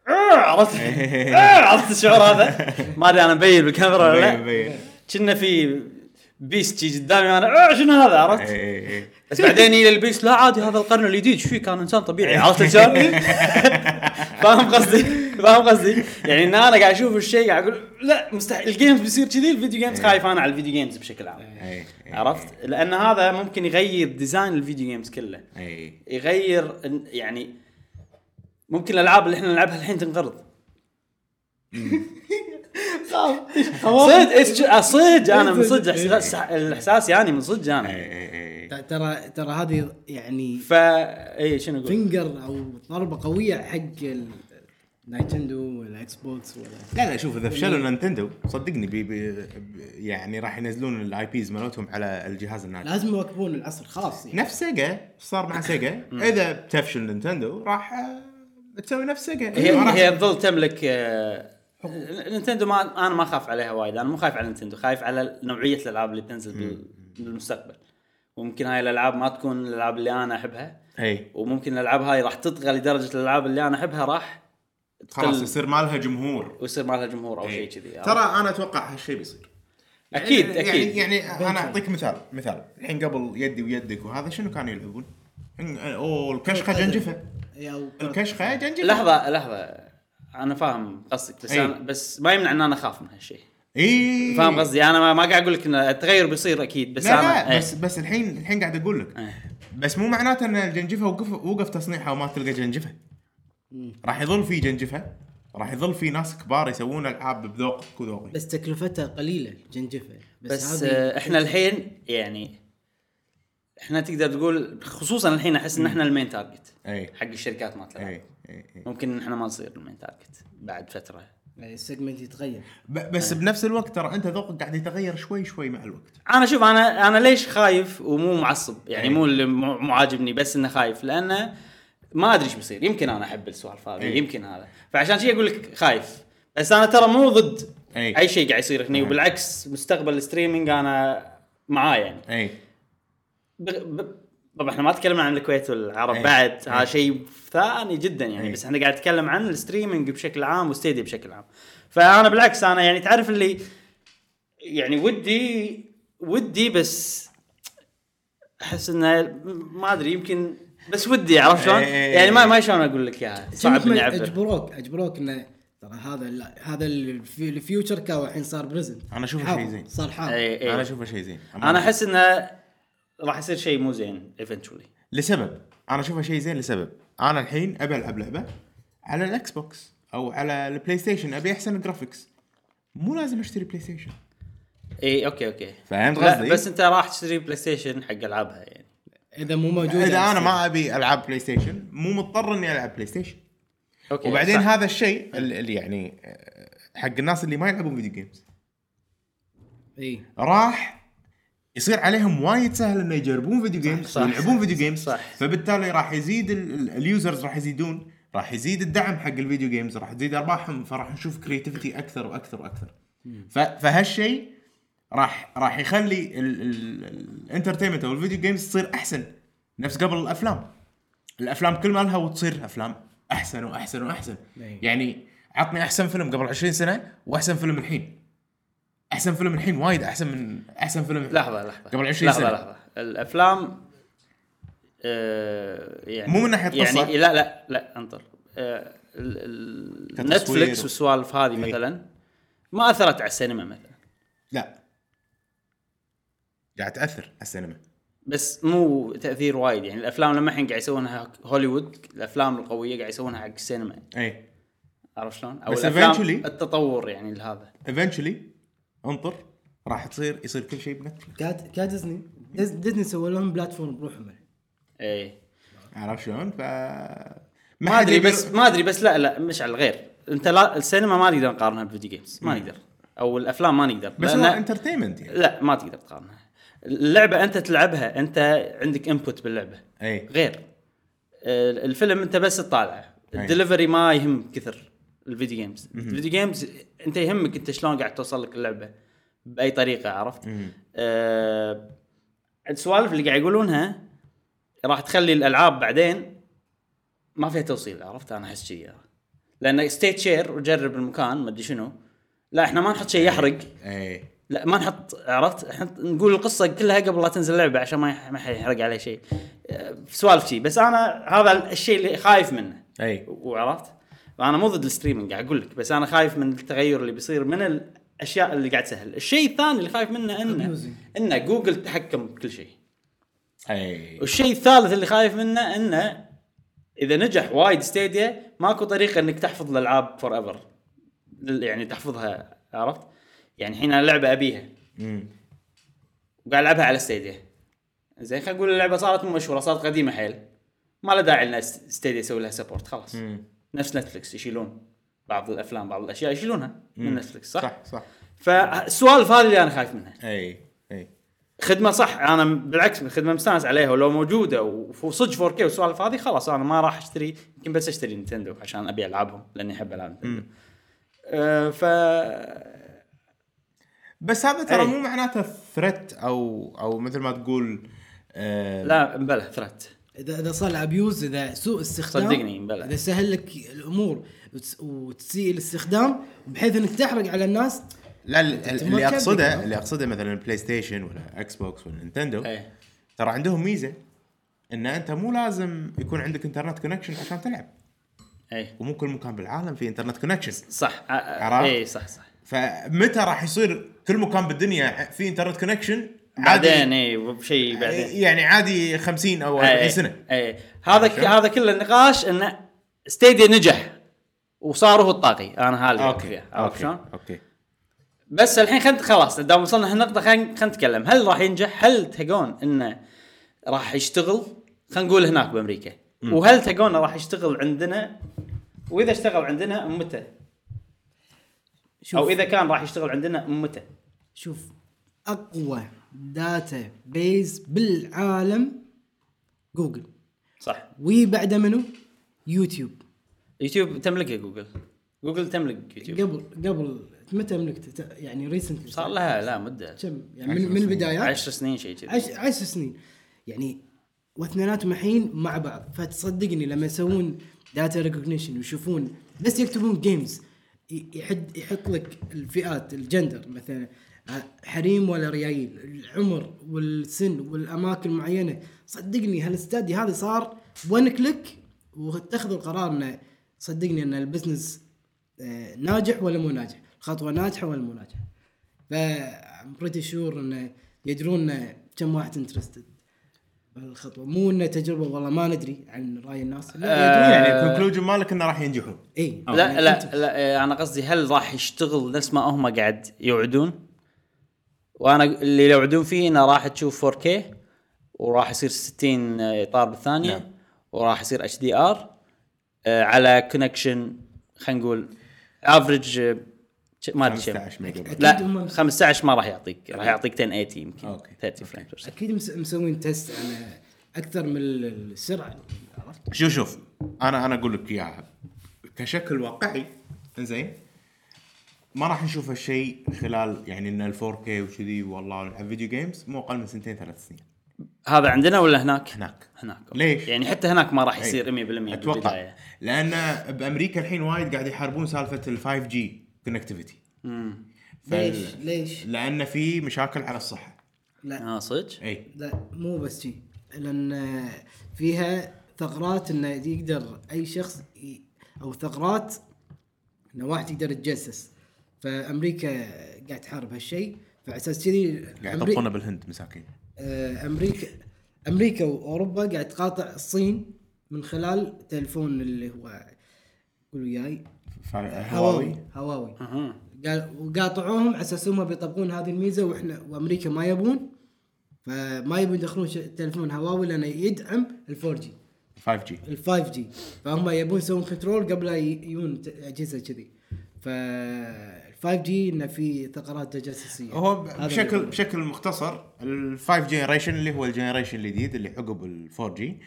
Speaker 1: آه، عرفت آه، عرفت الشعور هذا ما ادري انا مبين بالكاميرا ولا
Speaker 3: مبين
Speaker 1: لا
Speaker 3: مبين
Speaker 1: كنا في بيس شي قدامي انا آه، شنو هذا عرفت
Speaker 3: اي اي اي
Speaker 1: بس بعدين يجي البيس لا عادي هذا القرن الجديد ايش فيه كان انسان طبيعي
Speaker 3: إيه.
Speaker 1: عرفت شلون؟ فاهم قصدي؟ فاهم قصدي؟ يعني ان انا قاعد اشوف الشيء قاعد اقول لا مستحيل الجيمز بيصير كذي الفيديو جيمز
Speaker 3: إيه.
Speaker 1: خايف انا على الفيديو جيمز بشكل عام
Speaker 3: اي
Speaker 1: إيه. عرفت؟ لان هذا ممكن يغير ديزاين الفيديو جيمز كله
Speaker 3: إيه. اي
Speaker 1: يغير إن- يعني ممكن الالعاب اللي احنا نلعبها الحين تنقرض صدق إيش- آه، صدق انا من صدق إحساس- الاحساس يعني من صدق
Speaker 3: إيه.
Speaker 1: انا
Speaker 3: اي
Speaker 2: ت- ترى ترى هذه يعني
Speaker 1: فا اي إيه، شنو اقول؟
Speaker 2: فنجر او ضربه قويه حق النايتندو والاكس بوكس ولا
Speaker 3: لا لا شوف اذا فشلوا نينتندو صدقني بي بي بي- يعني راح ينزلون الاي بيز مالتهم على الجهاز الناتج
Speaker 2: لازم يواكبون العصر خلاص يعني
Speaker 3: نفس سيجا صار مع سيجا اذا بتفشل نينتندو راح آه، تسوي نفس سيجا
Speaker 1: هي
Speaker 3: ما راح-
Speaker 1: هي تظل تملك آه، نينتندو ما انا ما اخاف عليها وايد انا مو خايف على نينتندو خايف على نوعيه الالعاب اللي بتنزل بال- بالمستقبل وممكن هاي الالعاب ما تكون الالعاب اللي انا احبها
Speaker 3: اي
Speaker 1: وممكن الالعاب هاي راح تطغى لدرجه الالعاب اللي انا احبها راح تقل
Speaker 3: خلاص يصير مالها جمهور إيه.
Speaker 1: ويصير مالها جمهور او شيء كذي يعني.
Speaker 3: ترى انا اتوقع هالشيء بيصير
Speaker 1: اكيد
Speaker 3: يعني-
Speaker 1: اكيد يعني
Speaker 3: يعني يعني انا اعطيك مثال مثال الحين قبل يدي ويدك وهذا شنو كانوا يلعبون؟ اوه الكشخه جنجفه
Speaker 2: يا و-
Speaker 3: الكشخه جنجفه
Speaker 1: لحظه لحظه انا فاهم قصدك بس
Speaker 3: إي.
Speaker 1: أنا بس ما يمنع ان انا اخاف من هالشيء
Speaker 3: اي
Speaker 1: فاهم قصدي انا ما- ما قاعد اقول لك ان التغير بيصير اكيد بس انا
Speaker 3: لا لا
Speaker 1: إيه.
Speaker 3: بس بس الحين الحين قاعد اقول لك
Speaker 1: إيه.
Speaker 3: بس مو معناته ان الجنجفه وقف وقف تصنيعها وما تلقى جنجفه راح يظل في جنجفه راح يظل في ناس كبار يسوون العاب بذوقك وذوقي
Speaker 2: بس تكلفتها قليله جنجفه بس,
Speaker 1: بس
Speaker 2: هذه
Speaker 1: آه، احنا الحين يعني احنا تقدر تقول خصوصا الحين احس ان احنا المين تارجت
Speaker 3: اي
Speaker 1: حق الشركات ما تلعب
Speaker 3: اي اي اي.
Speaker 1: ممكن إن احنا ما نصير المين تارجت بعد فتره
Speaker 2: السيجمنت يعني يتغير
Speaker 3: ب-
Speaker 1: أه.
Speaker 3: بس بنفس الوقت ترى انت ذوقك قاعد يتغير شوي شوي مع الوقت
Speaker 1: انا شوف انا انا ليش خايف ومو معصب يعني
Speaker 3: إيه.
Speaker 1: مو اللي مو مو عاجبني بس انه خايف لانه ما ادري ايش بيصير يمكن انا احب السوالف هذه
Speaker 3: إيه.
Speaker 1: يمكن هذا فعشان شي اقول لك خايف بس انا ترى مو ضد
Speaker 3: إيه.
Speaker 1: اي شيء قاعد يصير هني وبالعكس مستقبل الستريمينج انا معاه يعني
Speaker 3: اي
Speaker 1: بغ- ب- طبعا احنا ما تكلمنا عن الكويت والعرب
Speaker 3: أي.
Speaker 1: بعد
Speaker 3: أي.
Speaker 1: هذا شيء ثاني جدا يعني
Speaker 3: أي.
Speaker 1: بس احنا قاعد نتكلم عن الستريمينج بشكل عام والستيديا بشكل عام فانا بالعكس انا يعني تعرف اللي يعني ودي ودي بس احس انه ما ادري يمكن بس ودي عرفت شلون؟
Speaker 3: أي.
Speaker 1: يعني ما ما شلون اقول لك اياها صعب
Speaker 2: شنو
Speaker 1: اني
Speaker 2: اسمه؟
Speaker 1: اعبر
Speaker 2: اجبروك اجبروك انه ترى هذا ال- هذا الف- الفيوتشر كاو الحين صار بريزنت
Speaker 3: أنا أشوفه شيء زين.
Speaker 2: صار حاضر
Speaker 1: أي- أي.
Speaker 3: انا اشوفه شيء زين
Speaker 1: انا احس انه راح يصير شيء مو زين ايفنتشولي
Speaker 3: لسبب انا اشوفها شيء زين لسبب انا الحين ابي العب لعبه على الاكس بوكس او على البلاي ستيشن ابي احسن جرافيكس مو لازم اشتري بلاي ستيشن
Speaker 1: اي اوكي اوكي
Speaker 3: فهمت
Speaker 1: إيه، لا،
Speaker 3: قصدي؟
Speaker 1: بس انت راح تشتري بلاي ستيشن حق العابها يعني
Speaker 2: اذا مو موجود
Speaker 3: اذا انا ما ابي العاب بلاي ستيشن مو مضطر اني العب بلاي ستيشن
Speaker 1: اوكي
Speaker 3: وبعدين
Speaker 1: إيه، صح.
Speaker 3: هذا الشيء ال- اللي يعني آه، حق الناس اللي ما يلعبون فيديو جيمز
Speaker 2: اي
Speaker 3: راح يصير عليهم وايد سهل انه يجربون فيديو جيمز
Speaker 1: صح،
Speaker 3: ويلعبون فيديو جيمز
Speaker 1: صح.
Speaker 3: فبالتالي راح يزيد ال- ال- اليوزرز راح يزيدون راح يزيد الدعم حق الفيديو جيمز راح تزيد ارباحهم فراح نشوف كريتيفيتي اكثر واكثر واكثر ف- فهالشيء راح راح يخلي الانترتينمنت او الفيديو جيمز تصير احسن نفس قبل الافلام الافلام كل مالها وتصير افلام احسن واحسن واحسن
Speaker 1: نعم.
Speaker 2: أي.
Speaker 3: يعني عطني احسن فيلم قبل 20 سنه واحسن فيلم الحين احسن فيلم الحين وايد احسن من احسن فيلم الحين.
Speaker 1: لحظه لحظه
Speaker 3: قبل 20
Speaker 1: لحظه
Speaker 3: سنة.
Speaker 1: لحظه الافلام آه يعني
Speaker 3: مو من ناحية
Speaker 1: يعني
Speaker 3: قصة.
Speaker 1: لا لا لا انطر آه ال- ال-
Speaker 3: كتصوير.
Speaker 1: نتفلكس والسوالف هذه
Speaker 3: إيه.
Speaker 1: مثلا ما اثرت على السينما مثلا
Speaker 3: لا قاعد تاثر على السينما
Speaker 1: بس مو تاثير وايد يعني الافلام لما الحين قاعد يسوونها هوليوود الافلام القويه قاعد يسوونها حق السينما
Speaker 3: اي
Speaker 1: عرفت شلون؟ او
Speaker 3: بس
Speaker 1: الافلام
Speaker 3: eventually-
Speaker 1: التطور يعني لهذا
Speaker 3: ايفنشلي انطر راح تصير يصير كل شيء بنتفلكس
Speaker 2: كاد كاد ديزني ديز- ديزني سووا لهم بلاتفورم بروحهم
Speaker 1: اي
Speaker 3: عرفت شلون؟ ف
Speaker 1: ما
Speaker 3: حد
Speaker 1: ادري
Speaker 3: يقدر-
Speaker 1: يعني بس ما ادري بس لا لا مش على الغير انت لا السينما ما نقدر نقارنها بالفيديو جيمز ما نقدر او الافلام ما نقدر
Speaker 3: بس هو
Speaker 1: لأن-
Speaker 3: انترتينمنت يعني
Speaker 1: لا ما تقدر تقارنها اللعبه انت تلعبها انت عندك انبوت باللعبه
Speaker 3: اي
Speaker 1: غير آه، الفيلم انت بس تطالعه
Speaker 3: أي.
Speaker 1: الدليفري ما يهم كثر الفيديو جيمز الفيديو جيمز انت يهمك انت شلون قاعد توصل لك اللعبه باي طريقه عرفت
Speaker 3: مهم.
Speaker 1: آه السوالف اللي قاعد يقولونها راح تخلي الالعاب بعدين ما فيها توصيل عرفت انا احس كذي لان ستيت شير وجرب المكان ما ادري شنو لا احنا ما نحط شيء يحرق
Speaker 3: اي
Speaker 1: لا ما نحط عرفت احنا نقول القصه كلها قبل لا تنزل اللعبه عشان ما يح- ما يحرق عليه شيء أه، سوالف شي بس انا هذا الشيء اللي خايف منه
Speaker 3: اي
Speaker 1: وعرفت انا مو ضد الستريمنج قاعد اقول لك بس انا خايف من التغير اللي بيصير من الاشياء اللي قاعد تسهل الشيء الثاني اللي خايف منه انه انه جوجل تحكم بكل شيء
Speaker 3: اي
Speaker 1: والشيء الثالث اللي خايف منه انه اذا نجح وايد ستيديا ماكو طريقه انك تحفظ الالعاب فور ايفر يعني تحفظها عرفت يعني الحين انا لعبه ابيها
Speaker 3: مم.
Speaker 1: وقاعد العبها على ستيديا زين خلينا نقول اللعبه صارت مو مشهوره صارت قديمه حيل ما له داعي ان س- ستيديا يسوي لها سبورت خلاص
Speaker 3: مم.
Speaker 1: نفس نتفلكس يشيلون بعض الافلام بعض الاشياء يشيلونها من نتفلكس صح,
Speaker 3: صح إيه. صح
Speaker 1: فالسوالف هذه اللي انا خايف منها
Speaker 3: اي اي
Speaker 1: خدمه صح انا م- بالعكس خدمه مستانس عليها ولو موجوده وف- وصدق 4K والسوالف هذه خلاص انا ما راح اشتري يمكن بس اشتري نينتندو عشان ابي العبهم لاني احب العب نينتندو. أه ف
Speaker 3: بس هذا ترى
Speaker 1: أي.
Speaker 3: مو معناته ثريت او او مثل ما تقول آه
Speaker 1: لا بلا ثرات
Speaker 2: اذا اذا صار ابيوز اذا سوء استخدام
Speaker 1: صدقني، بلى.
Speaker 2: اذا سهل لك الامور وتس- وتسيء الاستخدام بحيث انك تحرق على الناس
Speaker 3: لا ال- ال- اللي
Speaker 2: ما
Speaker 3: اقصده
Speaker 2: كذب.
Speaker 3: اللي اقصده مثلا بلاي ستيشن ولا اكس بوكس ولا نينتندو
Speaker 1: ايه
Speaker 3: ترى عندهم ميزه ان انت مو لازم يكون عندك انترنت كونكشن عشان تلعب
Speaker 1: ايه
Speaker 3: ومو كل مكان بالعالم في انترنت كونكشن
Speaker 1: صح أ- أ-
Speaker 3: عرفت؟
Speaker 1: ايه صح صح
Speaker 3: فمتى راح يصير كل مكان بالدنيا في انترنت كونكشن
Speaker 1: بعدين إيه. اي شيء بعدين
Speaker 3: يعني عادي 50 او 40
Speaker 1: اي
Speaker 3: سنه
Speaker 1: اي هذا
Speaker 3: عرفت؟
Speaker 1: هذا كله النقاش انه ستيديا نجح وصار هو الطاغي انا هالي
Speaker 3: اوكي
Speaker 1: عرفت
Speaker 3: اوكي
Speaker 1: شلون؟
Speaker 3: اوكي
Speaker 1: بس الحين خلينا خلاص دام وصلنا هالنقطة خلينا خلينا نتكلم هل راح ينجح؟ هل تهجون انه راح يشتغل؟ خلينا نقول هناك بامريكا وهل تهجون راح يشتغل عندنا؟ واذا اشتغل عندنا متى؟
Speaker 2: شوف
Speaker 1: او اذا كان راح يشتغل عندنا متى؟
Speaker 2: شوف اقوى داتا بيز بالعالم جوجل
Speaker 1: صح
Speaker 2: وبعده منو يوتيوب
Speaker 1: يوتيوب تملكها جوجل جوجل تملك يوتيوب
Speaker 2: قبل قبل متى ملكته ت- يعني ريسنتلي
Speaker 1: صار لها لا مدة
Speaker 2: كم
Speaker 3: عشر
Speaker 2: يعني من, من
Speaker 3: سنين.
Speaker 2: البدايات
Speaker 1: عشر سنين شيء كذي
Speaker 2: عش- عشر سنين يعني واثنيناتهم الحين مع بعض فتصدقني لما يسوون داتا ريكوجنيشن ويشوفون بس يكتبون جيمز يحد يحط لك الفئات الجندر مثلا ع- حريم ولا ريايل العمر والسن والاماكن المعينه صدقني هالاستادي هذا صار وان كليك وتاخذ القرار انه صدقني ان البزنس آه، ناجح ولا مو ناجح الخطوه ناجحه ولا مو ناجحه ف ام بريتي شور انه يدرون إنه كم واحد انترستد بالخطوه مو انه تجربه والله ما ندري عن راي الناس لا يدرون
Speaker 3: يعني
Speaker 1: آه.
Speaker 3: الكونكلوجن مالك انه راح ينجحون
Speaker 2: اي
Speaker 1: لا
Speaker 3: يعني
Speaker 1: لا لا إيه، انا قصدي هل راح يشتغل نفس ما هم قاعد يوعدون؟ وانا اللي يوعدون فيه انه راح تشوف 4K وراح يصير 60 اطار بالثانيه
Speaker 3: نعم.
Speaker 1: وراح يصير اتش دي ار آه، على كونكشن خلينا نقول افريج ما ادري كم
Speaker 3: 15 ميجا بايت.
Speaker 2: أكيد
Speaker 1: لا
Speaker 2: هم-
Speaker 1: 15 ما راح يعطيك راح يعطيك 1080 يمكن
Speaker 3: أوكي.
Speaker 1: 30 فريم بير سكند.
Speaker 2: اكيد مس- مسوين تيست على اكثر من ال- السرعه عرفت؟
Speaker 3: شوف شوف انا انا اقول لك اياها كشكل واقعي زين ما راح نشوف هالشيء خلال يعني ان ال 4K وكذي والله الفيديو جيمز مو اقل من سنتين ثلاث سنين
Speaker 1: هذا عندنا ولا هناك؟
Speaker 3: هناك
Speaker 1: هناك
Speaker 3: ليش؟
Speaker 1: يعني حتى هناك ما راح
Speaker 3: إيه.
Speaker 1: يصير 100%
Speaker 3: اتوقع
Speaker 1: بالبدايه
Speaker 3: لان بامريكا الحين وايد قاعد يحاربون سالفه ال 5G كونكتيفيتي
Speaker 2: ليش ليش؟
Speaker 3: لان في مشاكل على إيه. الصحه
Speaker 2: لا
Speaker 1: اه صدق؟
Speaker 3: اي
Speaker 2: لا مو بس شي لان فيها ثغرات انه يقدر اي شخص ي... او ثغرات انه واحد يقدر يتجسس فامريكا قاعد تحارب هالشيء فعلى اساس كذي
Speaker 3: قاعد
Speaker 2: أمري-
Speaker 3: يطبطونه بالهند مساكين
Speaker 2: آه، امريكا امريكا واوروبا قاعد تقاطع الصين من خلال تلفون اللي هو قول وياي
Speaker 3: فا- هواوي
Speaker 2: هواوي
Speaker 1: أها.
Speaker 2: قال وقاطعوهم على اساس هم بيطبقون هذه الميزه واحنا وامريكا ما يبون فما يبون يدخلون ش- تلفون هواوي لانه يدعم الفور جي
Speaker 3: 5G
Speaker 2: ال5 جي فهم يبون يسوون كنترول قبل لا ي- يجون ت- اجهزه كذي ف 5 جي انه في ثغرات تجسسيه
Speaker 3: هو ب-
Speaker 2: هذا
Speaker 3: بشكل
Speaker 2: اللي
Speaker 3: بشكل مختصر الفايف جنريشن اللي هو الجنريشن الجديد اللي عقب الفور جي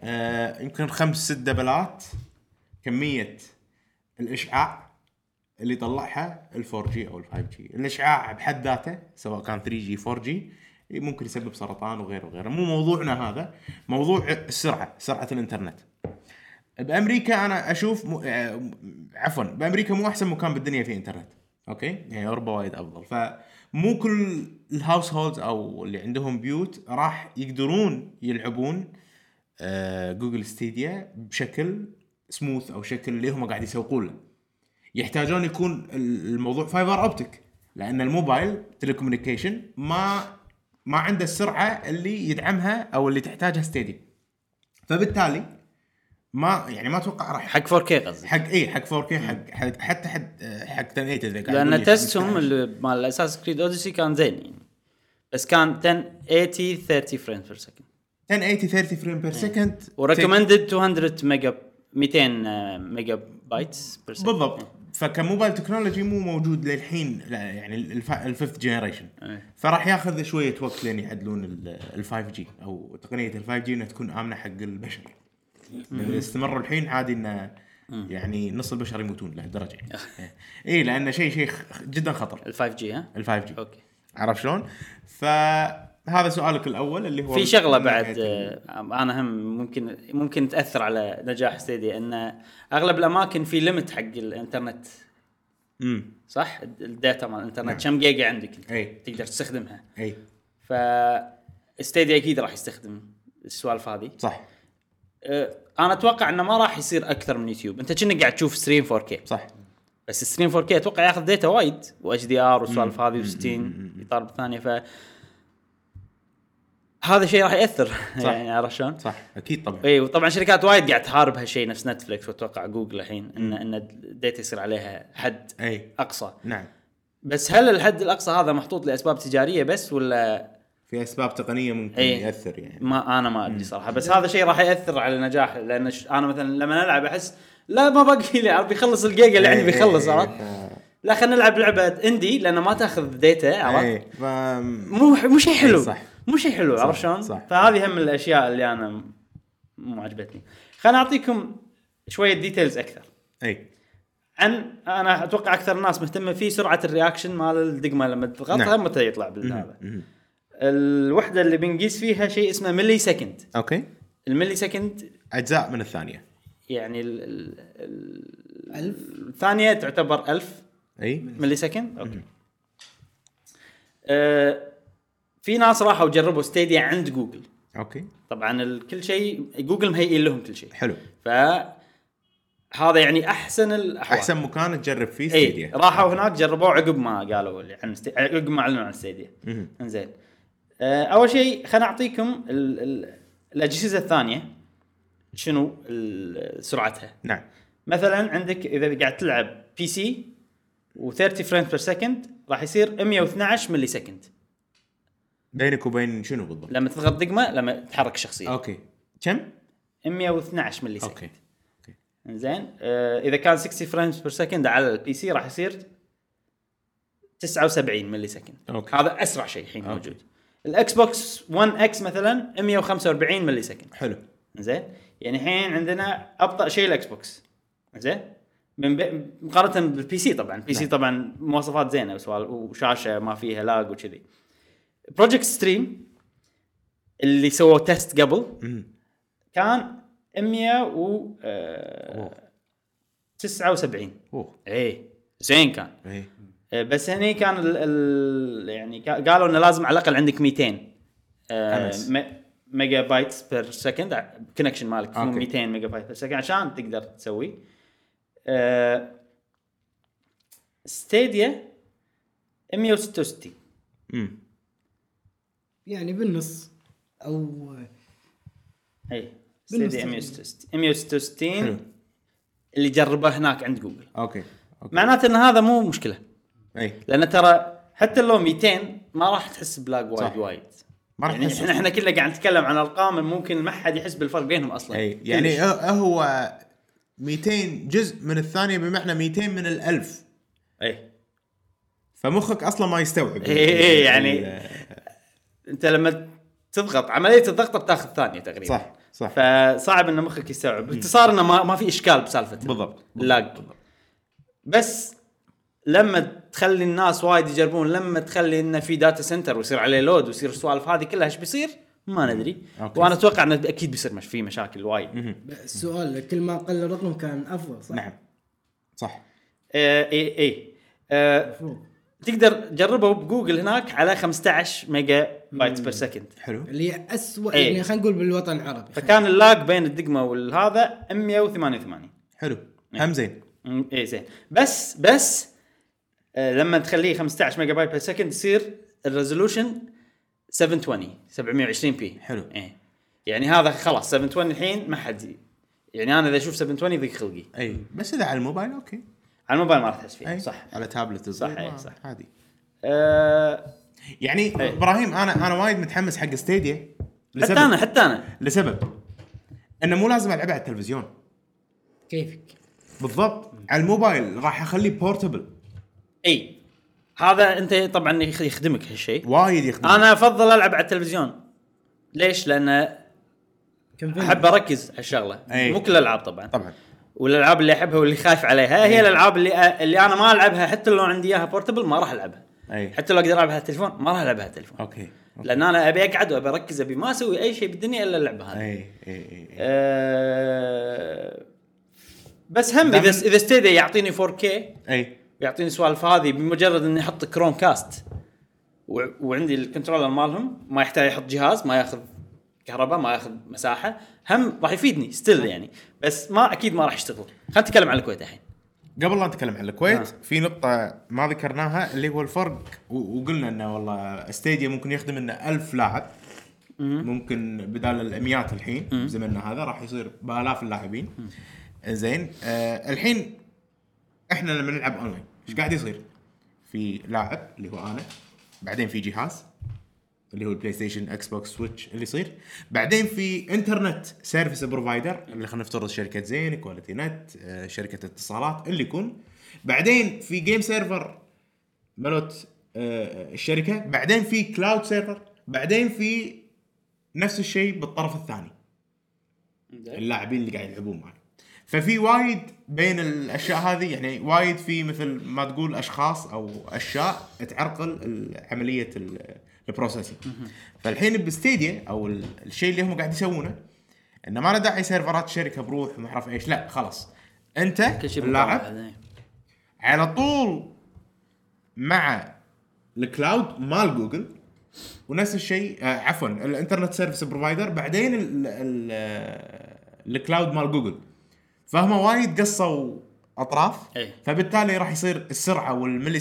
Speaker 3: آه يمكن خمس ست دبلات كميه الاشعاع اللي طلعها الفور جي او الفايف جي الاشعاع بحد ذاته سواء كان 3 جي 4 جي ممكن يسبب سرطان وغيره وغيره مو موضوعنا هذا موضوع السرعه سرعه الانترنت بامريكا انا اشوف م... آه، عفوا بامريكا مو احسن مكان بالدنيا فيه انترنت اوكي يعني اوروبا وايد افضل فمو كل الهاوس هولدز او اللي عندهم بيوت راح يقدرون يلعبون آه، جوجل ستيديا بشكل سموث او شكل اللي هم قاعد يسوقون له يحتاجون يكون ال- الموضوع فايبر اوبتيك لان الموبايل تليكومنيكيشن ما ما عنده السرعه اللي يدعمها او اللي تحتاجها ستيديا فبالتالي ما يعني ما اتوقع راح
Speaker 1: حق 4K قصدي
Speaker 3: حق اي حق 4K حق حق حتى حد حق 1080 اذا قاعد يقول
Speaker 1: لان
Speaker 3: لي
Speaker 1: تستهم
Speaker 3: 15.
Speaker 1: اللي مال اساس كريد اوديسي كان زين يعني بس كان 1080 30 فريم بير سكند
Speaker 3: 1080 30 فريم بير سكند
Speaker 1: وريكومندد 200 ميجا 200 ميجا بايت بير سكند
Speaker 3: بالضبط فكموبايل تكنولوجي مو موجود للحين لا يعني الفيفث جنريشن
Speaker 1: إيه.
Speaker 3: فراح ياخذ شويه وقت لين يعدلون ال 5 جي او تقنيه ال 5 جي انها تكون امنه حق البشر لأن اذا استمروا الحين عادي انه يعني نص البشر يموتون لهالدرجه يعني اي لان شيء شيء خ- جدا خطر
Speaker 1: ال 5 جي ها
Speaker 3: ال 5 جي
Speaker 1: اوكي
Speaker 3: عرفت شلون؟ فهذا سؤالك الاول اللي هو
Speaker 1: في شغله بعد آه، انا هم ممكن ممكن تاثر على نجاح ستيديا ان اغلب الاماكن في ليمت حق الانترنت
Speaker 3: امم
Speaker 1: صح الداتا مال الانترنت كم جيجا عندك انت
Speaker 3: أي.
Speaker 1: تقدر تستخدمها
Speaker 3: اي
Speaker 1: ف ستيديا اكيد راح يستخدم السوالف هذه
Speaker 3: صح
Speaker 1: أه، انا اتوقع انه ما راح يصير اكثر من يوتيوب انت كأنك قاعد تشوف ستريم 4K
Speaker 3: صح
Speaker 1: بس الستريم 4K اتوقع ياخذ داتا وايد واتش دي ار والسوالف هذه و60 اطار بالثانيه ف هذا الشيء راح ياثر
Speaker 3: صح.
Speaker 1: يعني عرفت شلون؟
Speaker 3: صح اكيد طبعا
Speaker 1: اي وطبعا شركات وايد قاعد تحارب هالشيء نفس نتفلكس واتوقع جوجل الحين ان ان الداتا يصير عليها حد
Speaker 3: اي
Speaker 1: اقصى
Speaker 3: نعم
Speaker 1: بس هل الحد الاقصى هذا محطوط لاسباب تجاريه بس ولا
Speaker 3: في اسباب تقنيه ممكن
Speaker 1: إي.
Speaker 3: ياثر يعني
Speaker 1: ما انا ما ادري صراحه بس هذا شيء راح ياثر على نجاحه لان ش... انا مثلا لما العب احس لا ما باقي لي عرفت بيخلص الجيجا اللي عندي
Speaker 3: إي،
Speaker 1: بيخلص
Speaker 3: إي،
Speaker 1: عرفت
Speaker 3: إي،
Speaker 1: لا خلينا نلعب لعبه اندي لان ما تاخذ ديتا
Speaker 3: ف-
Speaker 1: عرفت
Speaker 3: إي، ف-
Speaker 1: مو مو شيء حلو
Speaker 3: إي، إيه. صح.
Speaker 1: مو شيء حلو
Speaker 3: صح،
Speaker 1: عرفت شلون؟
Speaker 3: صح.
Speaker 1: فهذه هم من الاشياء اللي انا م- مو عجبتني خليني اعطيكم شويه ديتيلز اكثر
Speaker 3: اي
Speaker 1: طيب. عن انا اتوقع اكثر الناس مهتمه فيه سرعه الرياكشن مال الدقمه لما تضغطها
Speaker 3: نعم.
Speaker 1: متى يطلع بالهذا
Speaker 3: مهم.
Speaker 1: الوحده اللي بنقيس فيها شيء اسمه ملي سكند
Speaker 3: اوكي
Speaker 1: الملي سكند
Speaker 3: اجزاء من الثانيه
Speaker 1: يعني ال ال ال
Speaker 2: ألف؟
Speaker 1: الثانيه تعتبر 1000
Speaker 3: اي
Speaker 1: ملي سكند اوكي آه في ناس راحوا جربوا ستيديا عند جوجل
Speaker 3: اوكي
Speaker 1: طبعا ال- كل شيء جوجل مهيئين لهم كل شيء
Speaker 3: حلو
Speaker 1: ف هذا يعني احسن الاحوال
Speaker 3: احسن مكان تجرب فيه
Speaker 1: اي
Speaker 3: ستيديا
Speaker 1: راحوا هناك جربوه عقب ما قالوا اللي عن ستي... عقب ما اعلنوا عن ستيديا
Speaker 3: مهم.
Speaker 1: انزين آه اول شيء خليني اعطيكم ال... ال... الاجهزه الثانيه شنو ال- سرعتها
Speaker 3: نعم
Speaker 1: مثلا عندك اذا قاعد تلعب بي سي و30 فريم بير سكند راح يصير 112 ملي سكند
Speaker 3: بينك وبين شنو بالضبط
Speaker 1: لما تضغط دقمه لما تحرك الشخصيه
Speaker 3: اوكي كم
Speaker 1: 112 ملي سكند
Speaker 3: اوكي
Speaker 1: زين آه اذا كان 60 فريم بير سكند على البي سي راح يصير 79 ملي سكند
Speaker 3: أوكي.
Speaker 1: هذا اسرع شيء الحين
Speaker 3: أوكي.
Speaker 1: موجود الاكس بوكس 1 اكس مثلا 145 ملي سكند
Speaker 3: حلو
Speaker 1: زين يعني الحين عندنا ابطا شيء الاكس بوكس زين من بي... مقارنه بالبي سي طبعا البي سي طبعا مواصفات زينه وسوال وشاشه ما فيها لاج وكذي بروجكت ستريم اللي سووا تيست قبل
Speaker 3: مم.
Speaker 1: كان آه، 179
Speaker 3: اوه
Speaker 1: اي إيه، زين كان
Speaker 3: ايه
Speaker 1: آه، بس هني كان ال ال يعني كا- قالوا انه لازم على الاقل عندك 200 آه،
Speaker 3: حمس.
Speaker 1: م- ميجا بايتس بير سكند كونكشن مالك يكون
Speaker 3: أوكي.
Speaker 1: 200 ميجا بايت بير سكند عشان تقدر تسوي آه، ستيديا 166
Speaker 3: مم.
Speaker 2: يعني بالنص او
Speaker 1: اي
Speaker 2: بالنسبة
Speaker 1: ستيديا
Speaker 2: لي.
Speaker 1: 166
Speaker 3: حلو.
Speaker 1: 166 اللي جربه هناك عند جوجل
Speaker 3: اوكي اوكي
Speaker 1: معناته ان هذا مو مشكله
Speaker 3: ايه
Speaker 1: لان ترى حتى لو 200 ما راح تحس بلاج
Speaker 3: صح.
Speaker 1: وايد وايد
Speaker 3: ما راح
Speaker 1: يعني
Speaker 3: تحس-
Speaker 1: احنا احنا كلنا قاعد نتكلم عن ارقام ممكن ما حد يحس بالفرق بينهم اصلا
Speaker 3: اي يعني
Speaker 1: كلش.
Speaker 3: هو- هو 200 جزء من الثانيه بمعنى 200 من الالف
Speaker 1: اي
Speaker 3: فمخك اصلا ما يستوعب
Speaker 1: إي إي يعني-
Speaker 3: ال-
Speaker 1: انت لما تضغط عمليه الضغطه بتاخذ ثانيه تقريبا
Speaker 3: صح صح
Speaker 1: فصعب ان مخك يستوعب باختصار انه ما, ما في اشكال بسالفته
Speaker 3: بالضبط
Speaker 1: لاج
Speaker 3: بالضبط.
Speaker 1: بس لما تخلي الناس وايد يجربون لما تخلي انه في داتا سنتر ويصير عليه لود ويصير السوالف هذه كلها ايش بيصير؟ ما ندري
Speaker 3: أوكي.
Speaker 1: وانا اتوقع انه اكيد بيصير مش في مشاكل وايد
Speaker 2: السؤال كل ما قل الرقم كان افضل صح؟
Speaker 3: نعم صح
Speaker 1: آه، اي اي آه،
Speaker 2: المفروض
Speaker 1: تقدر تجربه بجوجل هناك على 15 ميجا بايت بير سكند
Speaker 3: حلو
Speaker 2: اللي هي اسوء
Speaker 1: إيه.
Speaker 2: يعني خلينا نقول بالوطن العربي
Speaker 1: فكان اللاج بين الدقمه والهذا 188
Speaker 3: حلو هم زين
Speaker 1: أمم، اي زين بس بس آه، لما تخليه 15 ميجا بايت بير سكند يصير الريزولوشن 720 720 بي
Speaker 3: حلو.
Speaker 1: اي يعني هذا خلاص 720 الحين ما حد ي- يعني انا اذا اشوف 720 ضيق خلقي
Speaker 3: اي بس اذا على الموبايل اوكي
Speaker 1: على الموبايل ما راح تحس فيه
Speaker 3: أي.
Speaker 1: إيه، صح
Speaker 3: على تابلت
Speaker 1: صح،
Speaker 3: صغير،
Speaker 1: أي،
Speaker 3: ما-
Speaker 1: صح. إيه.
Speaker 3: عادي
Speaker 1: أه
Speaker 3: يعني
Speaker 1: أي.
Speaker 3: ابراهيم انا انا وايد متحمس حق ستيديا
Speaker 1: حتى انا حتى انا
Speaker 3: لسبب انه مو لازم العبها على التلفزيون
Speaker 2: كيفك
Speaker 3: بالضبط على الموبايل راح اخليه بورتبل
Speaker 1: اي هذا انت طبعا يخ- يخدمك هالشيء
Speaker 3: وايد يخدم
Speaker 1: انا افضل العب على التلفزيون ليش؟ لان احب اركز على الشغله
Speaker 3: أي.
Speaker 1: مو كل الالعاب طبعا
Speaker 3: طبعا
Speaker 1: والالعاب اللي احبها واللي خايف عليها هي الالعاب اللي اللي انا ما العبها حتى لو عندي اياها بورتبل ما راح العبها
Speaker 3: اي
Speaker 1: حتى لو اقدر العبها على التليفون ما راح العبها على التليفون
Speaker 3: اوكي أوكي.
Speaker 1: لان انا ابي اقعد وابي اركز ابي ما اسوي اي شيء بالدنيا الا اللعبه هذه
Speaker 3: اي اي اي اي
Speaker 1: أه... بس هم
Speaker 3: دام-
Speaker 1: اذا اذا ستيديا يعطيني 4K
Speaker 3: اي
Speaker 1: يعطيني سوالف هذه بمجرد اني احط كروم كاست و... وعندي الكنترولر مالهم ما يحتاج يحط جهاز ما ياخذ كهرباء ما ياخذ مساحه هم راح يفيدني ستيل يعني بس ما اكيد ما راح يشتغل خلينا نتكلم عن الكويت الحين
Speaker 3: قبل لا نتكلم عن الكويت
Speaker 1: آه.
Speaker 3: في نقطة ما ذكرناها اللي هو الفرق و- وقلنا انه والله ستيديا ممكن يخدم انه ألف لاعب ممكن بدال الاميات الحين بزمننا هذا راح يصير بالاف اللاعبين زين آه الحين احنا لما نلعب اونلاين ايش قاعد يصير؟ في لاعب اللي هو انا بعدين في جهاز اللي هو البلاي ستيشن اكس بوكس سويتش اللي يصير بعدين في انترنت سيرفيس بروفايدر اللي خلينا نفترض شركه زين كواليتي نت آه، شركه اتصالات اللي يكون بعدين في جيم سيرفر مالت آه، الشركه بعدين في كلاود سيرفر بعدين في نفس الشيء بالطرف الثاني اللاعبين اللي قاعد يلعبون معي ففي وايد بين الاشياء هذه يعني وايد في مثل ما تقول اشخاص او اشياء تعرقل ال- عمليه ال- البروسيسنج فالحين بستيديا او ال- الشيء اللي هم قاعد يسوونه انه ما له داعي سيرفرات شركه بروح وما اعرف ايش لا خلاص انت
Speaker 1: كل شيء
Speaker 3: اللاعب
Speaker 1: بالطبع.
Speaker 3: على طول مع الكلاود مال جوجل ونفس الشيء آه عفوا الانترنت سيرفيس بروفايدر بعدين ال ال آه، الكلاود مال جوجل فهم وايد قصوا اطراف
Speaker 1: إيه.
Speaker 3: فبالتالي راح يصير السرعه والملي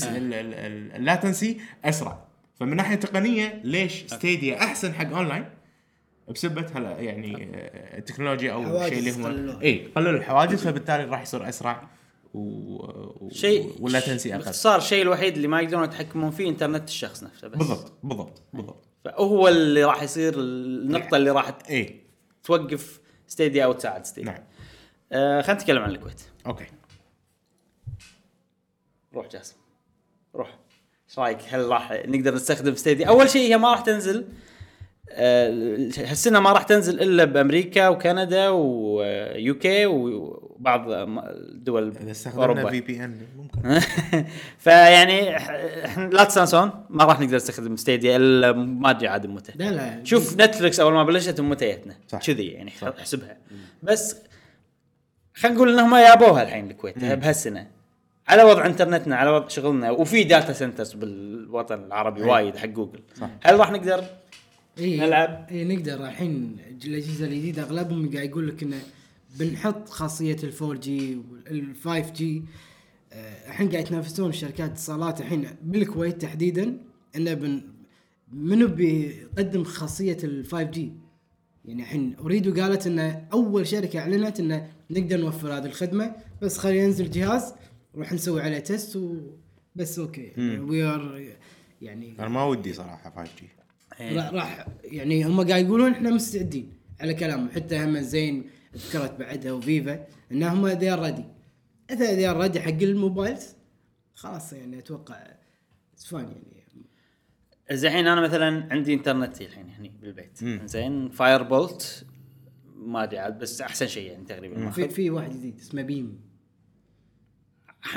Speaker 3: اللاتنسي اسرع فمن ناحيه تقنيه ليش ستيديا احسن حق اونلاين بسبه هلا يعني آه، التكنولوجيا او
Speaker 2: حواجز
Speaker 3: الشيء اللي هم
Speaker 2: قللوها.
Speaker 3: اي قللوا الحواجز فبالتالي راح يصير اسرع و... و...
Speaker 1: شيء
Speaker 3: ولا تنسي اقل
Speaker 1: باختصار الشيء الوحيد اللي ما يقدرون يتحكمون فيه انترنت الشخص نفسه بس
Speaker 3: بالضبط بالضبط بالضبط
Speaker 1: فهو اللي راح يصير النقطه اللي راح
Speaker 3: اي
Speaker 1: توقف ستيديا او تساعد ستيديا
Speaker 3: إيه، نعم
Speaker 1: آه خلينا نتكلم عن الكويت
Speaker 3: اوكي
Speaker 1: روح جاسم روح ايش رايك هل راح نقدر نستخدم ستيديا اول شيء هي ما راح تنزل آه، هالسنه ما راح تنزل الا بامريكا وكندا ويو كي بعض الدول
Speaker 3: اذا استخدمنا
Speaker 1: اوروبا
Speaker 3: في بي ان ممكن
Speaker 1: فيعني إح- إحنا لا تستانسون ما راح نقدر نستخدم ستيديا الا ما تجي عاد متى
Speaker 2: لا لا
Speaker 1: شوف نتفلكس اول ما بلشت متيتنا
Speaker 3: إيه. صح.
Speaker 1: كذي يعني احسبها بس خلينا نقول انهم يابوها الحين الكويت
Speaker 3: إيه.
Speaker 1: بهالسنه على وضع انترنتنا على وضع شغلنا وفي داتا سنترز بالوطن العربي
Speaker 3: إيه.
Speaker 1: وايد حق جوجل هل راح نقدر
Speaker 2: إيه
Speaker 1: نلعب.
Speaker 2: اي نقدر الحين الاجهزه الجديده اغلبهم قاعد يقول لك انه بنحط خاصيه الفور جي والفايف جي آه، الحين قاعد يتنافسون شركات اتصالات الحين بالكويت تحديدا انه بن منو بيقدم خاصيه الفايف جي يعني الحين اريدو قالت انه اول شركه اعلنت انه نقدر نوفر هذه الخدمه بس خلينا ينزل جهاز نروح نسوي عليه تيست وبس اوكي وي ار يعني
Speaker 3: انا ما ودي صراحه 5 جي
Speaker 1: إيه.
Speaker 2: راح راح يعني هم قاعد يقولون احنا مستعدين على كلامهم حتى هم زين ذكرت بعدها وفيفا ان هم ذي ردي اذا ذي ردي حق الموبايلز خلاص يعني اتوقع فان يعني
Speaker 1: زين الحين انا مثلا عندي انترنتي الحين هني بالبيت زين فاير بولت ما ادري عاد بس احسن شيء يعني تقريبا ماخذ
Speaker 2: في, في واحد جديد اسمه بيم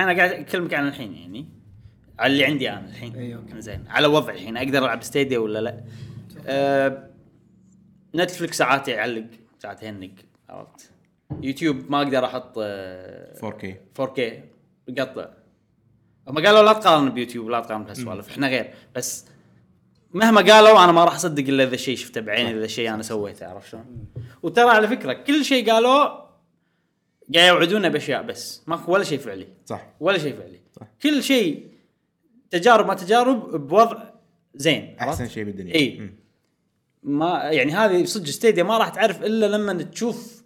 Speaker 1: انا قاعد اكلمك عن الحين يعني على اللي عندي انا الحين
Speaker 2: أي، أوكي.
Speaker 1: زين على وضعي الحين اقدر العب ستيديا ولا لا؟ أه نتفلكس ساعات يعلق ساعات يهنق عرفت؟ يوتيوب ما اقدر احط أه
Speaker 3: 4 كي
Speaker 1: 4K يقطع هم قالوا لا تقارن بيوتيوب لا تقارن بهالسوالف احنا غير بس مهما قالوا انا ما راح اصدق الا اذا شيء شفته بعيني اذا شيء انا سويته عرفت شلون؟ وترى على فكره كل شيء قالوا قاعد يوعدونا باشياء بس ماكو ولا شيء فعلي
Speaker 3: صح
Speaker 1: ولا شيء فعلي
Speaker 3: صح.
Speaker 1: كل شيء تجارب ما تجارب بوضع زين عرفت؟
Speaker 3: احسن شيء بالدنيا
Speaker 1: إي.
Speaker 3: مم.
Speaker 1: ما يعني هذه صدق ستيديا ما راح تعرف الا لما تشوف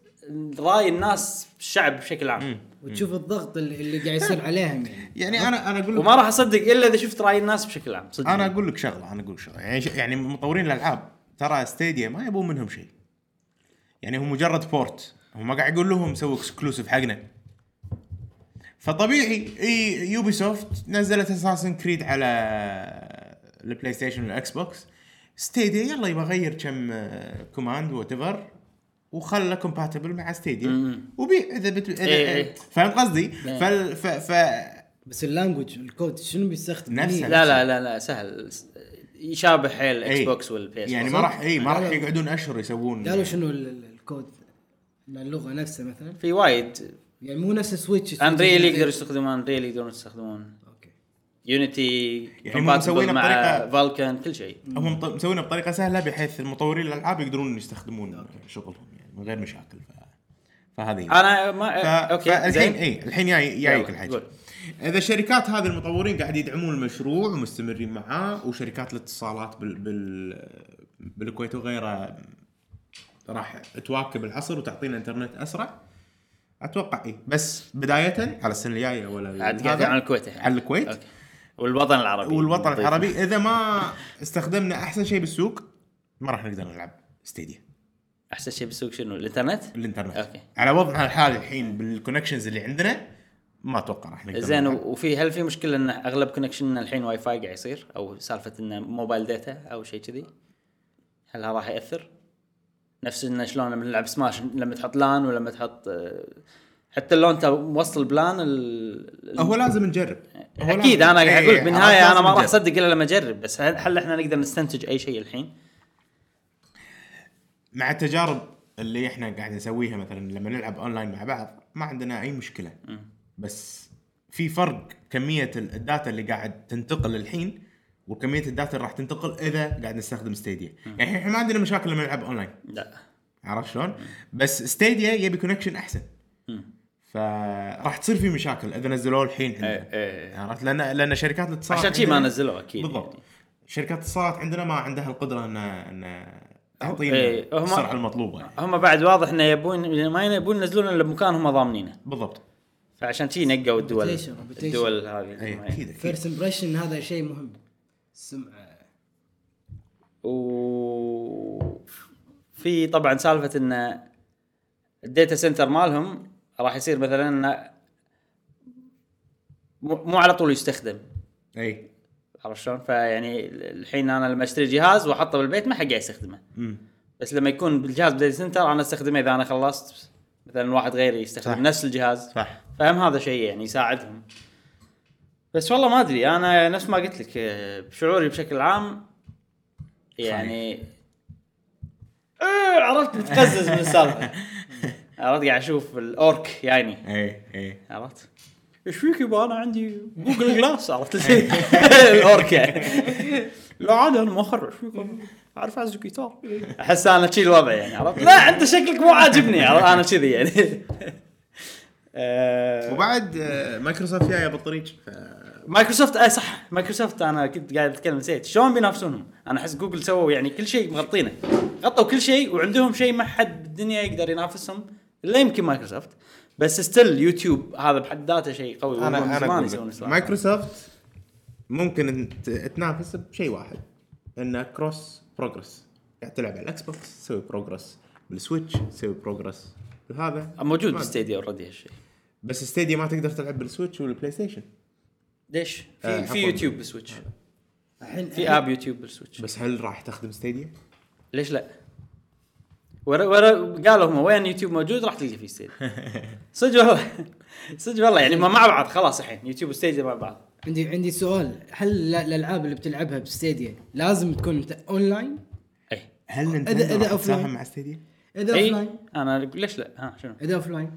Speaker 1: راي الناس الشعب بشكل عام
Speaker 2: وتشوف الضغط اللي, اللي قاعد يصير عليهم يعني
Speaker 3: يعني انا انا اقول لك
Speaker 1: وما راح اصدق الا اذا شفت راي الناس بشكل عام صدق
Speaker 3: انا اقول لك شغله انا اقول لك شغله يعني ش... يعني مطورين الالعاب ترى ستيديا ما يبون منهم شيء يعني هو مجرد بورت هم ما قاعد يقول لهم سووا اكسكلوسيف حقنا فطبيعي اي يوبي سوفت نزلت اساسن كريد على البلاي ستيشن والاكس بوكس ستيديا يلا يبغى اغير كم آه، كوماند وات ايفر وخله كومباتبل مع ستيديا وبيع اذا بت... إذا...
Speaker 1: إي إي.
Speaker 3: فاهم قصدي؟ فال... ف... ف...
Speaker 2: بس اللانجوج الكود شنو بيستخدم
Speaker 3: نفسه.
Speaker 2: يعني
Speaker 1: لا لا لا لا سهل يشابه حيل الاكس
Speaker 3: إي.
Speaker 1: بوكس والبي اس
Speaker 3: يعني ما راح اي ما راح يقعدون اشهر يسوون
Speaker 2: قالوا شنو ال- ال- الكود إن اللغه نفسها مثلا
Speaker 1: في وايد
Speaker 2: يعني مو نفس سويتش
Speaker 3: يعني-
Speaker 1: انريل يقدروا يستخدمون انريل يقدرون يستخدمون
Speaker 2: اوكي
Speaker 1: يونيتي
Speaker 3: يعني هم مسوينها
Speaker 1: مع
Speaker 3: بطريقة-
Speaker 1: فالكن كل شيء
Speaker 3: هم مط- مسوينها بطريقه سهله بحيث المطورين الالعاب يقدرون يستخدمون شغلهم يعني من غير مشاكل ف... فهذه هي.
Speaker 1: انا ما
Speaker 3: ف...
Speaker 1: اوكي
Speaker 3: فالحين
Speaker 1: آه، زين
Speaker 3: اي الحين جاي جايك
Speaker 1: يلا،
Speaker 3: الحكي
Speaker 1: قول.
Speaker 3: اذا الشركات هذه المطورين قاعد يدعمون المشروع ومستمرين معاه وشركات الاتصالات بال... بال... بالكويت وغيرها راح تواكب العصر وتعطينا انترنت اسرع اتوقع اي إيه. بس بدايه على السنه الجايه ولا
Speaker 1: عاد قاعد
Speaker 3: هذا،
Speaker 1: عن الكويت الحين.
Speaker 3: على الكويت
Speaker 1: أوكي. والوطن العربي طيب.
Speaker 3: والوطن
Speaker 1: نضيف.
Speaker 3: العربي اذا ما استخدمنا احسن شيء بالسوق ما راح نقدر نلعب ستيديا
Speaker 1: احسن شيء بالسوق شنو الانترنت؟
Speaker 3: الانترنت
Speaker 1: أوكي.
Speaker 3: على وضعنا الحالي الحين بالكونكشنز اللي عندنا ما اتوقع راح نقدر
Speaker 1: زين
Speaker 3: نلعب.
Speaker 1: وفي هل في مشكله ان اغلب كونكشننا الحين واي فاي قاعد يصير او سالفه انه موبايل داتا او شيء كذي هل هذا راح ياثر؟ نفس انه شلون لما نلعب سماش لما تحط لان ولما تحط آه، حتى لو انت موصل بلان ال... ال-
Speaker 3: هو لازم نجرب هو
Speaker 1: اكيد
Speaker 3: لازم-
Speaker 1: انا قاعد اقول
Speaker 3: إيه،
Speaker 1: لك بالنهايه
Speaker 3: لازم
Speaker 1: انا ما راح
Speaker 3: نجرب.
Speaker 1: اصدق الا لما اجرب بس هل هل احنا نقدر نستنتج اي شيء الحين؟
Speaker 3: مع التجارب اللي احنا قاعد نسويها مثلا لما نلعب اونلاين مع بعض ما عندنا اي مشكله بس في فرق كميه ال- الداتا اللي قاعد تنتقل الحين وكميه الداتا اللي راح تنتقل اذا قاعد نستخدم ستيديا يعني احنا ما عندنا مشاكل لما نلعب اونلاين
Speaker 1: لا
Speaker 3: عرفت شلون؟ بس ستيديا يبي كونكشن احسن. فراح تصير في مشاكل اذا نزلوه الحين
Speaker 1: إيه، إيه، إيه.
Speaker 3: عندنا. عرفت لان لان شركات الاتصالات
Speaker 1: عشان شي ما
Speaker 3: عندنا-
Speaker 1: نزلوه اكيد
Speaker 3: بالضبط
Speaker 1: يعني.
Speaker 3: شركات الاتصالات عندنا ما عندها القدره ان ان تعطينا
Speaker 1: إيه، هم-
Speaker 3: السرعه المطلوبه
Speaker 1: هم بعد واضح انه يبون ما يبون ينزلون الا بمكان هم ضامنينه
Speaker 3: بالضبط
Speaker 1: فعشان شي نقوا الدول
Speaker 2: Reputation, reputation.
Speaker 1: الدول هذه
Speaker 3: اي
Speaker 1: ما-
Speaker 3: اكيد اكيد
Speaker 2: فيرست امبريشن هذا شيء مهم السمعه
Speaker 1: وفي طبعا سالفه ان الداتا سنتر مالهم راح يصير مثلا إنه مو مو على طول يستخدم
Speaker 3: اي
Speaker 1: عرفت شلون؟ فيعني الحين انا لما اشتري جهاز واحطه بالبيت ما حد قاعد يستخدمه
Speaker 3: أمم.
Speaker 1: بس لما يكون بالجهاز بالداتا سنتر انا استخدمه اذا انا خلصت مثلا واحد غيري يستخدم
Speaker 3: صح.
Speaker 1: صح. نفس الجهاز
Speaker 3: صح.
Speaker 1: فهم هذا شيء يعني يساعدهم بس والله ما ادري انا نفس ما قلت لك آه، شعوري بشكل عام يعني آه، عرفت متقزز من السالفه عرفت قاعد اشوف الاورك يعني
Speaker 3: اي اي
Speaker 1: عرفت؟ ايش فيك يبا انا عندي جوجل جلاس عرفت الاوركا لا عادي انا ما اخرب ايش فيك أنا اعرف اعزف جيتار احس انا شي الوضع يعني عرفت؟ لا انت شكلك مو عاجبني عرفت؟ انا كذي يعني آه،
Speaker 3: وبعد آه، مايكروسوفت جايه بالطريق ف-
Speaker 1: مايكروسوفت اي صح مايكروسوفت انا كنت قاعد اتكلم نسيت شلون بينافسونهم؟ انا احس جوجل سووا يعني كل شيء مغطينه غطوا كل شيء وعندهم شيء ما حد بالدنيا يقدر ينافسهم الا يمكن مايكروسوفت بس ستيل يوتيوب هذا بحد ذاته شيء قوي وهم
Speaker 3: انا انا
Speaker 1: زمان
Speaker 3: أقول
Speaker 1: يسوون
Speaker 3: لك،
Speaker 1: سلاح.
Speaker 3: مايكروسوفت ممكن ت- تنافس بشيء واحد انه كروس بروجرس قاعد تلعب على الاكس بوكس تسوي بروجرس بالسويتش تسوي بروجرس هذا
Speaker 1: أه، آه، موجود
Speaker 3: ما-
Speaker 1: بالستيديا اوريدي هالشيء
Speaker 3: بس ستيديا ما تقدر تلعب بالسويتش والبلاي ستيشن
Speaker 1: ليش؟
Speaker 3: آه،
Speaker 1: في
Speaker 3: عفواً.
Speaker 1: في يوتيوب بالسويتش
Speaker 2: الحين
Speaker 1: في اب يوتيوب بالسويتش
Speaker 3: بس هل راح تخدم ستيديا؟
Speaker 1: ليش لا؟ ورا ورا قالوا هم وين يوتيوب موجود راح تلقى فيه ستيج صدق والله صدق والله يعني ما مع بعض خلاص الحين يوتيوب وستيديا مع بعض
Speaker 2: عندي عندي سؤال هل ال- الالعاب اللي بتلعبها بستيديا لازم تكون مت- اونلاين؟
Speaker 1: اي
Speaker 3: هل
Speaker 2: إذا- إذا
Speaker 3: نينتندو راح
Speaker 2: offline.
Speaker 3: تساهم مع ستيديا؟
Speaker 2: اذا اوف
Speaker 1: اي
Speaker 2: لاين
Speaker 1: انا إيه؟ أقول ليش لا؟ ها شنو؟
Speaker 2: اذا اوف لاين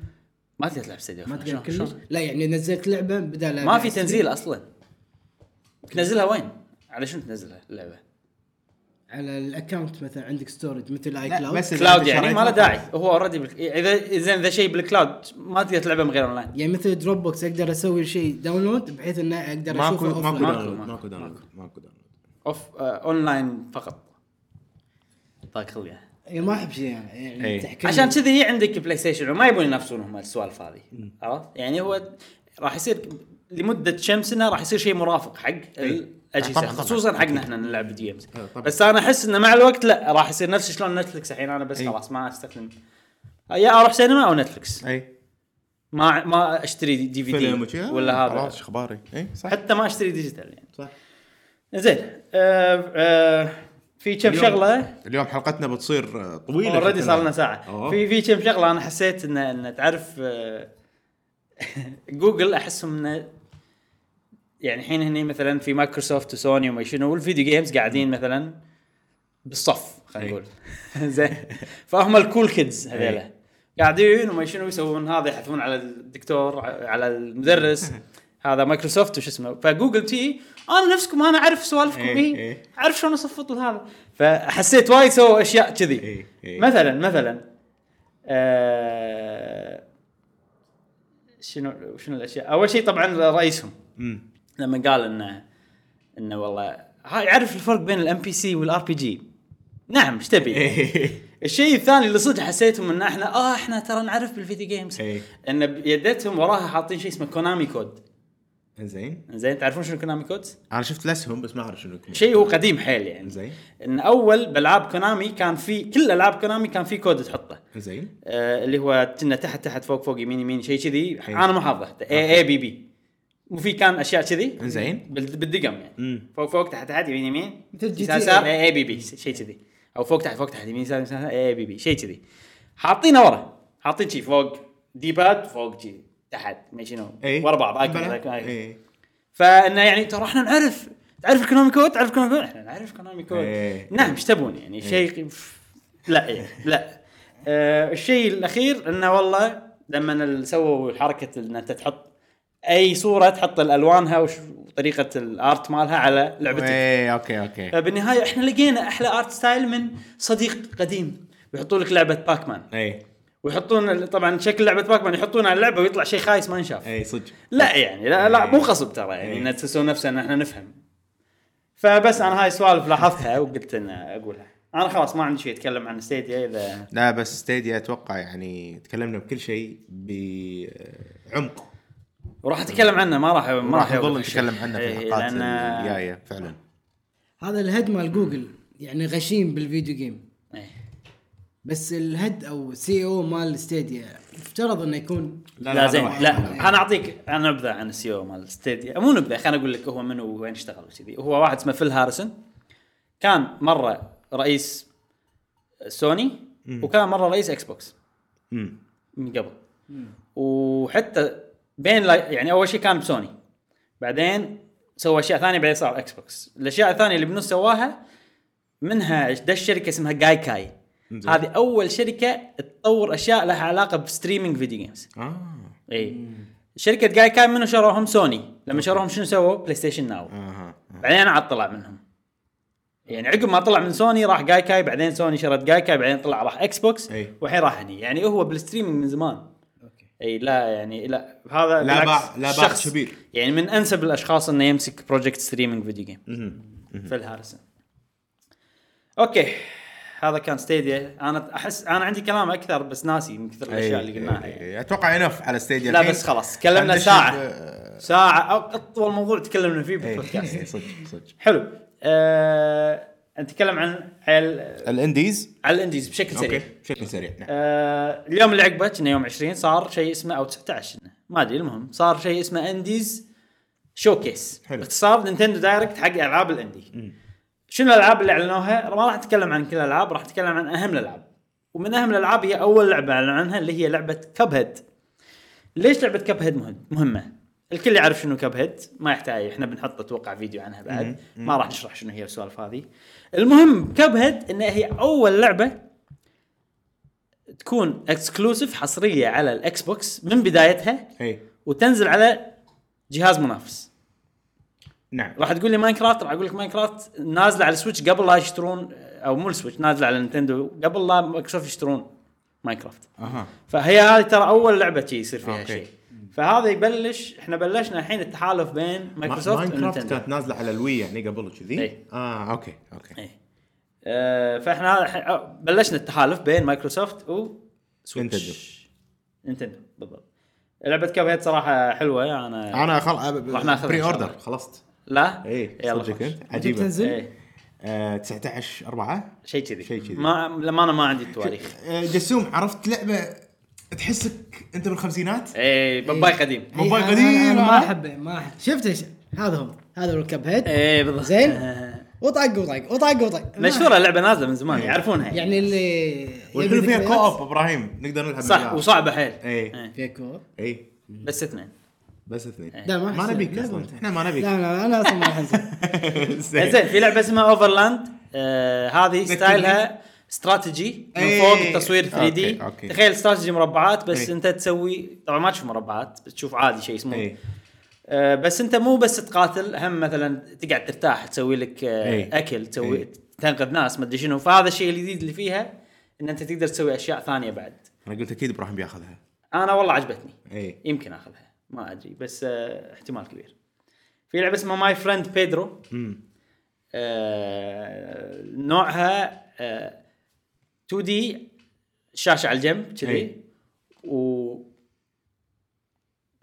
Speaker 1: ما تقدر تلعب ستيديا
Speaker 2: ما
Speaker 1: شلون-
Speaker 2: تقدر كلش
Speaker 1: شلون؟
Speaker 2: لا يعني نزلت لعبه بدل
Speaker 1: ما في تنزيل اصلا تنزلها وين؟ على شنو تنزلها اللعبه؟
Speaker 2: على الاكونت مثلا عندك ستورج مثل اي
Speaker 3: لا،
Speaker 2: كلاود
Speaker 3: بس- إذا
Speaker 2: بس
Speaker 3: أنت
Speaker 1: كلاود يعني
Speaker 3: شريت
Speaker 1: ما له
Speaker 3: مثلاً.
Speaker 1: داعي هو اوريدي بالك... إيه، اذا زين اذا شيء بالكلاود ما تقدر تلعبه من غير اونلاين
Speaker 2: يعني مثل دروب بوكس اقدر اسوي شيء داونلود بحيث انه اقدر
Speaker 3: ماكو
Speaker 2: اشوفه اوف
Speaker 3: ماكو
Speaker 2: لاين
Speaker 1: ماكو- ماكو-
Speaker 3: داونلود ماكو داونلود ماكو داونلود
Speaker 1: اوف آه، اونلاين فقط طاق خلقه
Speaker 2: يعني ما احب شيء انا يعني
Speaker 3: إي.
Speaker 2: تحكي
Speaker 1: عشان كذي هي عندك بلاي ستيشن وما يبون ينافسون هم السوالف هذه عرفت يعني هو راح يصير لمده كم سنه راح يصير شيء مرافق حق الاجهزه
Speaker 3: إيه. آه، طبعاً، طبعاً.
Speaker 1: خصوصا حقنا احنا نلعب فيديو جيمز
Speaker 3: أيوة، طبعاً.
Speaker 1: بس انا احس انه مع الوقت لا راح يصير نفس شلون نتفلكس الحين انا بس
Speaker 3: أي.
Speaker 1: خلاص ما استخدم يا اروح سينما او نتفلكس
Speaker 3: اي
Speaker 1: ما ما اشتري دي في
Speaker 3: فيلم
Speaker 1: دي
Speaker 3: وشي. آه،
Speaker 1: ولا هذا
Speaker 3: خلاص اخباري اي صح
Speaker 1: حتى ما اشتري ديجيتال يعني
Speaker 3: صح
Speaker 1: زين آه آه في كم
Speaker 3: اليوم-
Speaker 1: شغله
Speaker 3: اليوم حلقتنا بتصير آه، طويله
Speaker 1: اوريدي
Speaker 3: شكلها.
Speaker 1: صار لنا ساعه
Speaker 3: أوه.
Speaker 1: في في كم شغله انا حسيت ان ان تعرف آه، جوجل احسهم انه يعني الحين هني مثلا في مايكروسوفت وسوني وما شنو والفيديو جيمز قاعدين مثلا بالصف خلينا
Speaker 3: أي.
Speaker 1: نقول زين فهم الكول كيدز
Speaker 3: أي.
Speaker 1: هذيلا قاعدين وما شنو يسوون هذا يحثون على الدكتور ع- على المدرس هذا مايكروسوفت وش اسمه فجوجل تي انا نفسكم انا اعرف سوالفكم
Speaker 3: أي،
Speaker 1: اي
Speaker 3: أي.
Speaker 1: اعرف شلون اصفط هذا فحسيت وايد سووا اشياء كذي
Speaker 3: إي، إي.
Speaker 1: مثلا مثلا آه شنو شنو الاشياء اول شيء طبعا رئيسهم
Speaker 3: أمم.
Speaker 1: لما قال انه انه والله هاي يعرف الفرق بين الام بي سي والار بي جي نعم ايش تبي
Speaker 3: إيه.
Speaker 1: الشيء الثاني اللي صدق حسيتهم ان احنا اه احنا ترى نعرف بالفيديو جيمز
Speaker 3: إي.
Speaker 1: ان بيدتهم وراها حاطين شيء اسمه كونامي كود
Speaker 3: زين
Speaker 1: زين تعرفون شنو كونامي كود؟
Speaker 3: انا شفت الاسهم بس ما اعرف شنو يكون.
Speaker 1: شيء هو قديم حيل يعني
Speaker 3: زين
Speaker 1: ان اول بالعاب كونامي كان في كل العاب كونامي كان في كود تحطه
Speaker 3: زين
Speaker 1: آه، اللي هو كنا تحت تحت فوق فوق يمين يمين شيء كذي
Speaker 3: إي.
Speaker 1: انا ما حافظه اي اي بي بي وفي كان اشياء كذي
Speaker 3: زين
Speaker 1: بال- بالدقم يعني
Speaker 3: مم.
Speaker 1: فوق فوق تحت تحت يمين يمين
Speaker 2: مثل جي
Speaker 1: يسار
Speaker 2: تي
Speaker 1: يسار
Speaker 2: إيه.
Speaker 1: اي اي بي بي شيء كذي او فوق تحت فوق تحت يمين يسار يمين، يسار اي اي بي بي شيء كذي حاطينه ورا حاطين شي فوق دي باد فوق جي تحت ما شنو
Speaker 3: إيه.
Speaker 1: ورا بعض آيكون، آيكون، آيكون.
Speaker 3: اي
Speaker 1: فانه يعني ترى احنا نعرف تعرف الكونومي كود تعرف الكونومي كود احنا نعرف الكونومي كود
Speaker 3: إيه.
Speaker 1: نعم ايش تبون يعني شيء لا إيه، لا آه الشيء الاخير انه والله لما ال- سووا حركه ان انت تحط اي صوره تحط الالوانها وش- وطريقه الارت مالها على لعبتك
Speaker 3: إي، اوكي اوكي
Speaker 1: فبالنهايه احنا لقينا احلى ارت ستايل من صديق قديم ويحطوا لك لعبه باكمان
Speaker 3: اي
Speaker 1: ويحطون ال- طبعا شكل لعبه باكمان يحطونها على اللعبه ويطلع شيء خايس ما ينشاف
Speaker 3: اي إيه، صدق
Speaker 1: لا يعني لا لا
Speaker 3: إيه.
Speaker 1: مو قصد ترى يعني
Speaker 3: إيه.
Speaker 1: ان تسوي نفسه ان احنا نفهم فبس انا هاي سوالف لاحظتها وقلت ان اقولها انا خلاص ما عندي شيء اتكلم عن ستيديا اذا
Speaker 3: لا بس ستيديا اتوقع يعني تكلمنا بكل شيء بعمق
Speaker 1: وراح اتكلم عنه ما راح ما
Speaker 3: راح
Speaker 1: راح
Speaker 3: نظل
Speaker 1: أوقف
Speaker 3: نتكلم
Speaker 1: شيء.
Speaker 3: عنه في
Speaker 1: إيه،
Speaker 3: الحلقات
Speaker 1: لأن-
Speaker 3: الجايه فعلا
Speaker 2: هذا الهد مال جوجل يعني غشيم بالفيديو جيم
Speaker 1: إيه.
Speaker 2: بس الهد او سي او مال ستيديا يفترض انه يكون
Speaker 1: لا زين
Speaker 3: واحد.
Speaker 1: لا انا اعطيك انا نبذه عن السي او مال ستيديا مو نبذه خليني اقول لك هو من وين اشتغل وكذي هو واحد اسمه فيل هاريسون كان مره رئيس سوني وكان مره رئيس اكس بوكس
Speaker 3: أمم.
Speaker 1: من قبل وحتى بين لا- يعني اول شيء كان بسوني بعدين سوى اشياء ثانيه بعدين صار اكس بوكس الاشياء الثانيه اللي بنص سواها منها دش شركه اسمها جايكاي
Speaker 3: زين.
Speaker 1: هذه اول شركه تطور اشياء لها علاقه بستريمينج فيديو جيمز
Speaker 3: اه
Speaker 1: اي شركه جايكاي منو شروهم سوني لما شروهم شنو سووا بلاي ستيشن ناو
Speaker 3: اها
Speaker 1: بعدين عاد طلع منهم يعني عقب ما طلع من سوني راح جايكاي بعدين سوني شرت جايكاي بعدين طلع راح اكس بوكس
Speaker 3: أي.
Speaker 1: والحين راح هني يعني هو بالستريمينج من زمان
Speaker 2: اوكي
Speaker 1: اي لا يعني لا هذا
Speaker 3: لا
Speaker 1: بالعكس
Speaker 3: باع- لا باع
Speaker 1: شخص
Speaker 3: كبير.
Speaker 1: يعني من انسب الاشخاص انه يمسك بروجكت ستريمينج فيديو جيم
Speaker 3: مهم.
Speaker 1: فيل هاريسون اوكي هذا كان ستيديا انا احس انا عندي كلام اكثر بس ناسي من كثر الاشياء اللي
Speaker 3: أي-
Speaker 1: قلناها
Speaker 3: أي-
Speaker 1: يعني.
Speaker 3: أي. اتوقع انف إيه. على ستيج
Speaker 1: لا بس خلاص تكلمنا ساعه ساعه او اطول موضوع تكلمنا فيه بالبودكاست
Speaker 3: اي صدق صدق
Speaker 1: حلو أه... نتكلم عن على
Speaker 3: الانديز
Speaker 1: على الانديز بشكل سريع
Speaker 3: اوكي بشكل سريع نعم.
Speaker 1: آه اليوم اللي عقبه كنا يوم 20 صار شيء اسمه او 19 كنا، ما ادري المهم صار شيء اسمه انديز شوكيس
Speaker 3: حلو.
Speaker 1: باختصار نينتندو دايركت حق العاب الاندي شنو الالعاب اللي اعلنوها؟ ما راح نتكلم عن كل الالعاب راح نتكلم عن اهم الالعاب ومن اهم الالعاب هي اول لعبه اعلن عنها اللي هي لعبه كاب هيد ليش لعبه كاب هيد مهم- مهمه؟ الكل يعرف شنو كاب هيد ما يحتاج احنا بنحط اتوقع فيديو عنها بعد ما راح نشرح شنو هي السوالف هذه المهم كاب هيد ان هي اول لعبه تكون اكسكلوسيف حصريه على الاكس بوكس من بدايتها
Speaker 3: اي
Speaker 1: وتنزل على جهاز منافس
Speaker 3: نعم
Speaker 1: راح تقول لي ماينكرافت راح اقول لك ماينكرافت نازله على السويتش قبل لا يشترون او مو السويتش نازله على نينتندو قبل لا مايكروسوفت يشترون ماينكرافت
Speaker 3: اها
Speaker 1: فهي هذه ترى اول لعبه شي يصير فيها
Speaker 3: أوكي.
Speaker 1: شيء فهذا يبلش احنا بلشنا الحين التحالف بين مايكروسوفت
Speaker 3: ماينكرافت
Speaker 1: ونينتندو
Speaker 3: كانت نازله على الوي يعني قبل كذي
Speaker 1: إي.
Speaker 3: اه اوكي اوكي
Speaker 1: إيه. آه، فاحنا الحين- آه، بلشنا التحالف بين مايكروسوفت
Speaker 3: نينتندو.
Speaker 1: وسويتش نينتندو بالضبط لعبه كاب هيد صراحه حلوه انا
Speaker 3: انا خل
Speaker 1: راح ناخذها
Speaker 3: بري
Speaker 1: إن شاء الله.
Speaker 3: اوردر خلصت
Speaker 1: لا
Speaker 3: اي
Speaker 1: يلا
Speaker 3: صدق
Speaker 1: خلاص.
Speaker 3: إيه، أنت.
Speaker 2: عجيب
Speaker 3: عجيبه
Speaker 2: تنزل
Speaker 1: إيه.
Speaker 3: آه، 19 4
Speaker 1: شيء كذي
Speaker 3: شيء كذي.
Speaker 1: ما لما انا ما عندي التواريخ
Speaker 3: آه، جسوم عرفت لعبه تحسك انت بالخمسينات
Speaker 1: اي باباي إيه، قديم
Speaker 3: موبايل
Speaker 2: أي، أنا-
Speaker 3: قديم،
Speaker 2: أنا ما
Speaker 3: ها؟
Speaker 2: احبه ما احبه شفته ش- هذا هم هذا هو الكب هيد
Speaker 1: اي بالضبط
Speaker 2: زين.
Speaker 1: إيه. آه.
Speaker 2: وطق وطق وطق وطق
Speaker 1: مشهوره اللعبه نازله من زمان يعرفونها
Speaker 2: يعني اللي
Speaker 3: والحلو
Speaker 2: يبي
Speaker 3: فيها
Speaker 2: ذكريات،
Speaker 3: كو اوب ابراهيم نقدر نلعب
Speaker 1: صح
Speaker 3: مع بعض.
Speaker 1: وصعبه حيل
Speaker 3: نعم. إيه.
Speaker 1: إيه.
Speaker 2: فيها كو أوب.
Speaker 3: اي
Speaker 1: بس اثنين
Speaker 3: بس اثنين
Speaker 2: لا ما
Speaker 3: ما
Speaker 2: أحسن.
Speaker 3: نبيك
Speaker 2: لا،
Speaker 3: اصلا
Speaker 2: لا.
Speaker 3: احنا ما
Speaker 2: لا
Speaker 3: نبيك
Speaker 2: لا انا اصلا ما احزن
Speaker 3: زين.
Speaker 1: زين في لعبه اسمها اوفرلاند آه هذه
Speaker 3: ذكرني.
Speaker 1: ستايلها استراتيجي من
Speaker 3: إيه.
Speaker 1: فوق التصوير 3 دي
Speaker 3: أوكي، أوكي.
Speaker 1: تخيل استراتيجي مربعات بس
Speaker 3: إيه.
Speaker 1: انت تسوي طبعا ما تشوف مربعات بس تشوف عادي شيء اسمه
Speaker 3: اي
Speaker 1: آه، بس انت مو بس تقاتل هم مثلا تقعد ترتاح تسوي لك آه،
Speaker 3: أي.
Speaker 1: اكل تسوي
Speaker 3: أي.
Speaker 1: تنقذ ناس ما ادري شنو فهذا الشيء الجديد اللي فيها ان انت تقدر تسوي اشياء ثانيه بعد
Speaker 3: انا قلت اكيد ابراهيم بياخذها
Speaker 1: انا والله عجبتني
Speaker 3: اي
Speaker 1: يمكن اخذها ما ادري بس آه، احتمال كبير في لعبه اسمها ماي فريند بيدرو
Speaker 3: امم
Speaker 1: آه، نوعها آه، 2 دي شاشه على الجنب كذي
Speaker 3: أي.
Speaker 1: و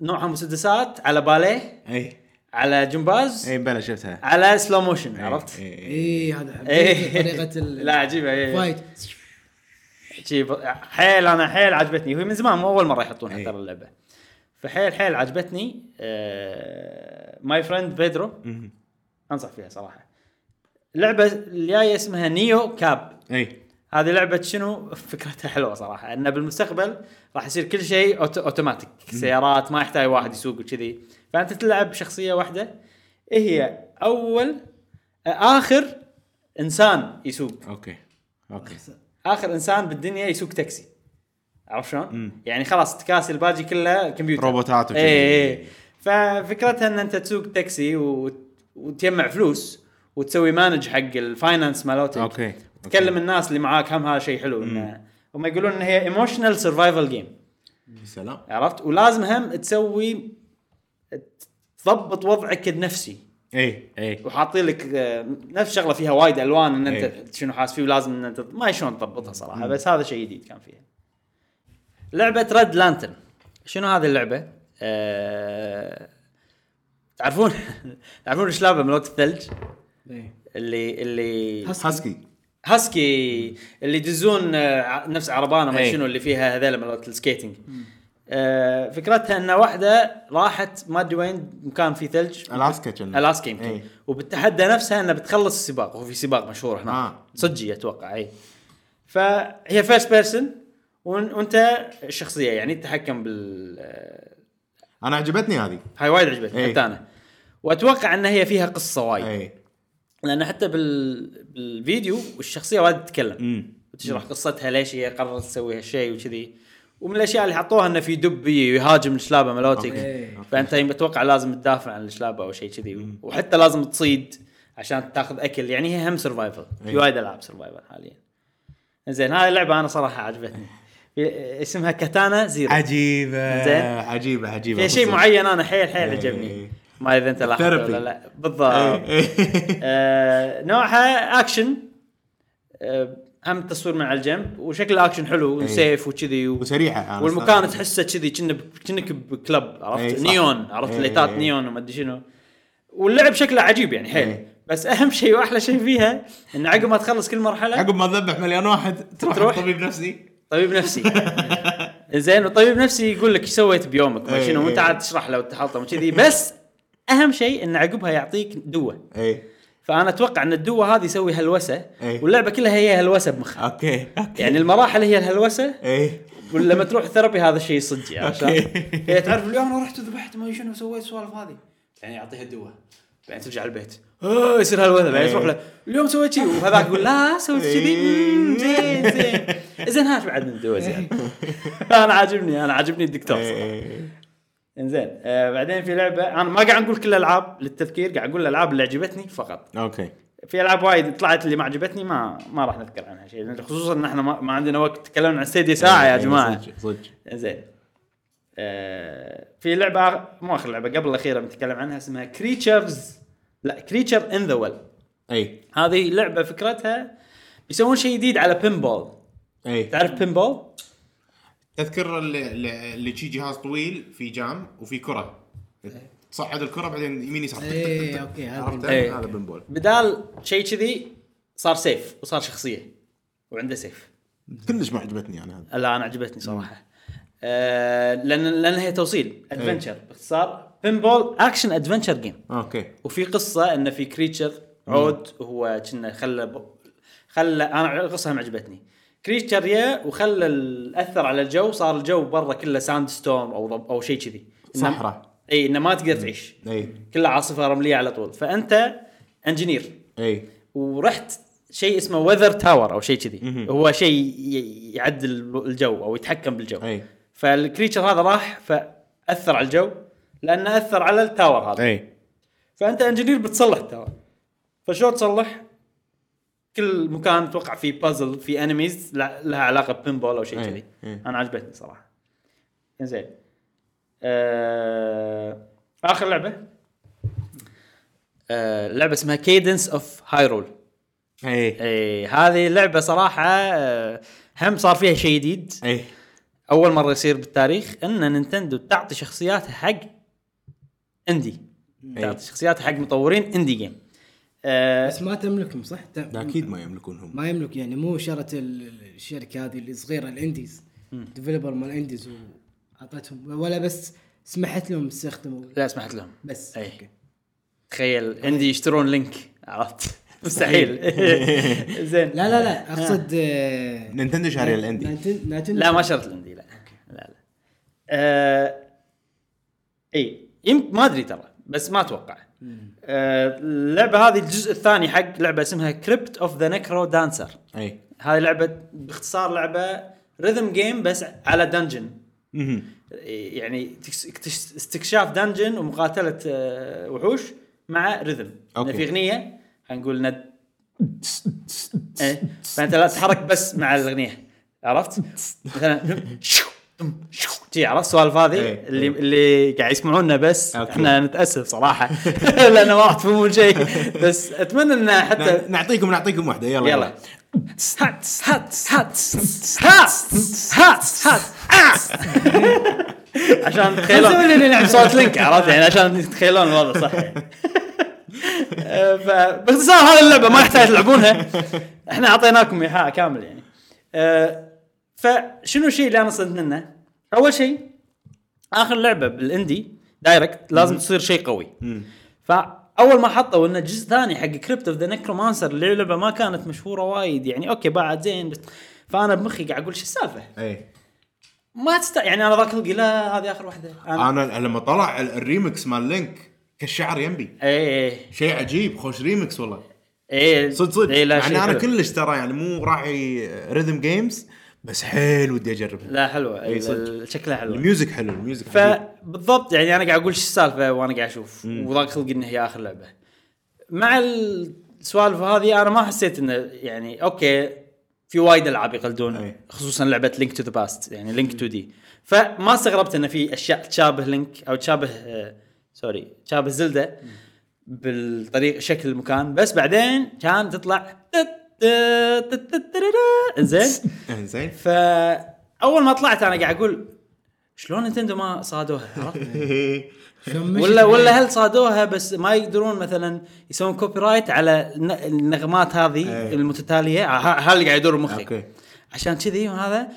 Speaker 1: نوعها مسدسات على باليه
Speaker 3: اي
Speaker 1: على جمباز
Speaker 3: اي بلا شفتها
Speaker 1: على سلو موشن
Speaker 3: إيه.
Speaker 1: عرفت؟
Speaker 3: إي، إي.
Speaker 2: اي هذا
Speaker 1: إيه.
Speaker 2: حبيت طريقه ال-
Speaker 1: لا إيه. عجيبه اي
Speaker 2: فايت
Speaker 1: شي ب- حيل انا حيل عجبتني هو من زمان مو اول مره يحطونها
Speaker 3: إي.
Speaker 1: ترى اللعبه فحيل حيل عجبتني آه، ماي فريند بيدرو
Speaker 3: مم.
Speaker 1: انصح فيها صراحه لعبه الجايه اسمها نيو كاب
Speaker 3: اي
Speaker 1: هذه لعبة شنو؟ فكرتها حلوة صراحة، انه بالمستقبل راح يصير كل شيء أوت- اوتوماتيك، سيارات ما يحتاج واحد يسوق وكذي، فانت تلعب بشخصية واحدة إيه هي اول اخر انسان يسوق،
Speaker 3: اوكي اوكي
Speaker 1: اخر انسان بالدنيا يسوق تاكسي. عرفت شلون؟
Speaker 3: مم.
Speaker 1: يعني خلاص تكاسي الباقي كله كمبيوتر
Speaker 3: روبوتات وكذي.
Speaker 1: اي اي ففكرتها ان انت تسوق تاكسي و... وتجمع فلوس وتسوي مانج حق الفاينانس مالوتك
Speaker 3: أوكي. أوكي.
Speaker 1: تكلم الناس اللي معاك هم هذا شيء حلو انه هم يقولون ان هي ايموشنال سرفايفل جيم
Speaker 3: سلام
Speaker 1: عرفت ولازم هم تسوي تضبط وضعك النفسي
Speaker 3: اي اي
Speaker 1: وحاطين لك آه، نفس شغله فيها وايد الوان ان
Speaker 3: إيه.
Speaker 1: انت شنو حاسس فيه ولازم ان انت ما شلون تضبطها صراحه بس هذا شيء جديد كان فيها. لعبه ريد لانترن شنو هذه اللعبه؟ أه... تعرفون تعرفون ايش لعبه ملوك الثلج
Speaker 2: إيه.
Speaker 1: اللي اللي
Speaker 3: هاسكي
Speaker 1: هاسكي اللي يدزون آه، ع- نفس عربانه ما أدري
Speaker 3: إيه.
Speaker 1: شنو اللي فيها هذول مالت السكيتنج آه، فكرتها ان واحده راحت ما ادري وين مكان فيه ثلج
Speaker 3: الاسكا كنا إيه.
Speaker 1: الاسكا يمكن
Speaker 3: إي.
Speaker 1: وبالتحدى نفسها انها بتخلص السباق وفي سباق مشهور هناك آه.
Speaker 3: آه.
Speaker 1: صجي اتوقع اي فهي فيرست بيرسون وإن- وانت الشخصيه يعني تتحكم بال
Speaker 3: انا عجبتني هذه
Speaker 1: هاي وايد عجبتني
Speaker 3: إيه.
Speaker 1: حتى انا واتوقع ان هي فيها قصه وايد
Speaker 3: اي
Speaker 1: لان حتى بال... بالفيديو الشخصيه وايد تتكلم
Speaker 3: امم
Speaker 1: وتشرح قصتها ليش هي قررت تسوي هالشيء وكذي ومن الاشياء اللي حطوها انه في دب يهاجم الشلابه ملوتك
Speaker 2: إيه.
Speaker 1: فانت اتوقع لازم تدافع عن الشلابه او شيء كذي وحتى لازم تصيد عشان تاخذ اكل يعني هي هم سرفايفل في
Speaker 3: إيه.
Speaker 1: وايد العاب سرفايفل حاليا زين هاي اللعبه انا صراحه عجبتني في- اسمها كاتانا زيرو
Speaker 3: عجيبه
Speaker 1: زين.
Speaker 3: عجيبه عجيبه
Speaker 1: في شيء
Speaker 3: بالضبط.
Speaker 1: معين انا حيل حيل
Speaker 3: إيه.
Speaker 1: عجبني ما اذا انت لاحظت
Speaker 3: Therapy.
Speaker 1: ولا لا بالضبط
Speaker 3: إيه.
Speaker 1: آه، نوعها اكشن آه، هم تصوير من على الجنب وشكل اكشن حلو
Speaker 3: إيه.
Speaker 1: وسيف وكذي و-
Speaker 3: وسريعه أنا
Speaker 1: والمكان
Speaker 3: صراحة.
Speaker 1: تحسه كذي كأنك- كأنك بكلب
Speaker 3: إيه،
Speaker 1: عرفت
Speaker 3: صح.
Speaker 1: نيون عرفت
Speaker 3: إيه،
Speaker 1: ليتات
Speaker 3: إيه.
Speaker 1: نيون وما ادري شنو واللعب شكله عجيب يعني حيل
Speaker 3: إيه.
Speaker 1: بس اهم شيء واحلى شيء فيها ان عقب ما تخلص كل مرحله
Speaker 3: عقب ما ذبح مليون واحد تروح
Speaker 1: تروح.
Speaker 3: طبيب نفسي
Speaker 1: طبيب نفسي زين والطبيب نفسي يقول لك ايش سويت بيومك وما
Speaker 3: إيه،
Speaker 1: شنو وانت
Speaker 3: إيه.
Speaker 1: عاد تشرح له وتحطم وكذي بس اهم شيء ان عقبها يعطيك دوه
Speaker 3: اي
Speaker 1: فانا اتوقع ان الدوه هذه يسوي هلوسه
Speaker 3: إيه.
Speaker 1: واللعبه كلها هي هلوسه بمخها
Speaker 3: اوكي اوكي
Speaker 1: يعني المراحل هي الهلوسه
Speaker 3: اي
Speaker 1: ولما تروح ثيرابي هذا الشيء صدق عشان
Speaker 3: أوكي.
Speaker 1: هي تعرف اليوم انا رحت وذبحت ما شنو سويت السوالف هذه يعني يعطيها دوه بعدين ترجع البيت اوه يصير هالوثة بعدين
Speaker 3: إيه.
Speaker 1: تروح له اليوم سويت شيء وهذاك يقول لا سويت كذي أمم، زين زين زين هات بعد من الدوه زين انا عاجبني انا عاجبني الدكتور
Speaker 3: إيه.
Speaker 1: صراحه انزين آه بعدين في لعبه انا ما قاعد نقول كل الالعاب للتذكير قاعد اقول الالعاب اللي عجبتني فقط
Speaker 3: اوكي
Speaker 1: في العاب وايد طلعت اللي ما عجبتني ما ما راح نذكر عنها شيء لأن خصوصا ان احنا ما, ما عندنا وقت تكلمنا عن ستيديا ساعه يا
Speaker 3: إيه،
Speaker 1: جماعه
Speaker 3: صدق صدق
Speaker 1: زين آه في لعبه آخ- مو اخر لعبه قبل الاخيره بنتكلم عنها اسمها كريتشرز لا كريتشر ان ذا ويل
Speaker 3: اي
Speaker 1: هذه لعبه فكرتها بيسوون شيء جديد على بينبول
Speaker 3: اي
Speaker 1: تعرف بينبول؟
Speaker 3: إيه. تذكر اللي اللي- اللي شي جهاز طويل في جام وفي كره تصعد الكره بعدين يمين يسار تك- تك-
Speaker 2: ايه اوكي هذا
Speaker 3: عرفت؟
Speaker 2: بالنسبة-
Speaker 1: إيه.
Speaker 3: هذا بنبول
Speaker 1: بدال شيء كذي صار سيف وصار شخصيه وعنده سيف
Speaker 3: كلش ما عجبتني انا هذا
Speaker 1: لا انا عجبتني صراحه آه لان لان هي توصيل ادفنشر باختصار بينبول اكشن ادفنشر جيم
Speaker 3: اوكي
Speaker 1: وفي قصه انه في كريتشر عود وهو كنا خلى ب... خلى انا القصه هم عجبتني كريتشر يا وخلى ال- اثر على الجو صار الجو برا كله ساند ستورم او ضب او شيء كذي إنه-
Speaker 3: صحراء.
Speaker 1: اي انه ما تقدر تعيش
Speaker 3: اي
Speaker 1: كلها عاصفه رمليه على طول فانت انجينير
Speaker 3: اي
Speaker 1: ورحت شيء اسمه وذر تاور او شيء كذي
Speaker 3: مهم.
Speaker 1: هو شيء ي- يعدل الجو او يتحكم بالجو
Speaker 3: أي.
Speaker 1: فالكريتشر هذا راح فاثر على الجو لانه اثر على التاور هذا
Speaker 3: اي
Speaker 1: فانت انجينير بتصلح ترى فشلون تصلح؟ كل مكان توقع فيه بازل في انميز لها علاقه ببينبول او شيء
Speaker 3: إيه،
Speaker 1: كذي
Speaker 3: إيه.
Speaker 1: انا عجبتني صراحه زين آه... اخر لعبه آه... لعبه اسمها كيدنس اوف هايرول
Speaker 3: اي
Speaker 1: اي إيه، هذه اللعبه صراحه آه... هم صار فيها شيء جديد
Speaker 3: اي
Speaker 1: اول مره يصير بالتاريخ ان نينتندو تعطي شخصياتها حق اندي
Speaker 3: أي.
Speaker 1: تعطي شخصياتها حق مطورين اندي جيم آه
Speaker 2: بس ما تملكهم صح؟ ت-
Speaker 3: لا، اكيد ما يملكونهم
Speaker 2: ما يملك يعني مو شرت ال- الشركه هذه الصغيره الانديز ديفلوبر مال الانديز واعطتهم ولا بس سمحت لهم يستخدموا
Speaker 1: لا سمحت لهم
Speaker 2: بس
Speaker 1: أي.
Speaker 2: أوكي.
Speaker 1: إيه. تخيل اندي يشترون لينك عرفت مستحيل زين
Speaker 2: لا لا لا اقصد آه،
Speaker 3: نينتندو شاريه الاندي
Speaker 2: ناتن- ناتن-
Speaker 1: لا ما شرط الاندي لا لا لا آه اي يمكن ما ادري ترى بس ما اتوقع آه اللعبه هذه الجزء الثاني حق لعبه اسمها كريبت اوف ذا نكرو دانسر
Speaker 3: اي
Speaker 1: هاي لعبه باختصار لعبه ريذم جيم بس على دنجن
Speaker 3: مهم.
Speaker 1: يعني تكس- اكتش- استكشاف دنجن ومقاتله آه، وحوش مع ريذم
Speaker 3: أوكي.
Speaker 1: في اغنيه هنقول ند إيه، فانت لا تتحرك بس مع الاغنيه عرفت؟ مثلا شو، دم، شو، جي عرفت السوالف هذه
Speaker 3: إيه،
Speaker 1: اللي
Speaker 3: إيه.
Speaker 1: اللي قاعد يسمعونا بس
Speaker 3: أوكي.
Speaker 1: احنا نتاسف صراحه لان ما راح تفهمون شيء بس اتمنى ان حتى
Speaker 3: نع- نعطيكم نعطيكم واحده يلا
Speaker 1: يلا هات هات هات هات هات هات عشان تخيلون صوت لينك عرفت يعني عشان تتخيلون الوضع صح يعني. آه، فباختصار هذه اللعبه ما يحتاج تلعبونها احنا اعطيناكم ايحاء كامل يعني آه، فشنو الشيء اللي انا صدت منه؟ اول شيء اخر لعبه بالاندي دايركت لازم تصير شيء قوي فاول ما حطوا انه جزء ثاني حق كريبت اوف ذا نكرومانسر اللي هي لعبه ما كانت مشهوره وايد يعني اوكي باعت زين بس فانا بمخي قاعد اقول شو السالفه؟
Speaker 3: اي
Speaker 1: ما تستع يعني انا ذاك القي لا هذه اخر واحده انا
Speaker 3: انا لما طلع ال- الريمكس مال لينك كالشعر يمبي
Speaker 1: اي اي
Speaker 3: شيء عجيب خوش ريمكس والله
Speaker 1: اي
Speaker 3: صدق صدق
Speaker 1: اي إيه، لا شيء
Speaker 3: يعني انا
Speaker 1: حلو.
Speaker 3: كلش ترى يعني مو راعي ريذم جيمز بس حيل ودي اجربها
Speaker 1: لا حلوه
Speaker 3: إي
Speaker 1: اي
Speaker 3: إيه، صدق.
Speaker 1: شكلها حلو
Speaker 3: الميوزك حلو الميوزك عجيب.
Speaker 1: فبالضبط يعني انا قاعد اقول شو السالفه وانا قاعد اشوف وذاك خلقي انه هي اخر لعبه مع السوالف هذه انا ما حسيت انه يعني اوكي في وايد العاب يقلدون
Speaker 3: أي.
Speaker 1: خصوصا لعبه لينك تو ذا باست يعني لينك تو دي فما استغربت انه في اشياء تشابه لينك او تشابه آه سوري تشابه زلده بالطريق شكل المكان بس بعدين كان تطلع زين
Speaker 3: انزين
Speaker 1: فاول ما طلعت انا قاعد اقول شلون نتندو ما صادوها عرفت؟
Speaker 2: شلون مشت
Speaker 1: ولا ولا
Speaker 2: عليه؟
Speaker 1: هل صادوها بس ما يقدرون مثلا يسوون كوبي رايت على الن- النغمات هذه
Speaker 3: أي.
Speaker 1: المتتاليه ه- هذا اللي قاعد يدور
Speaker 3: إيه. أوكي.
Speaker 1: بمخي عشان كذي وهذا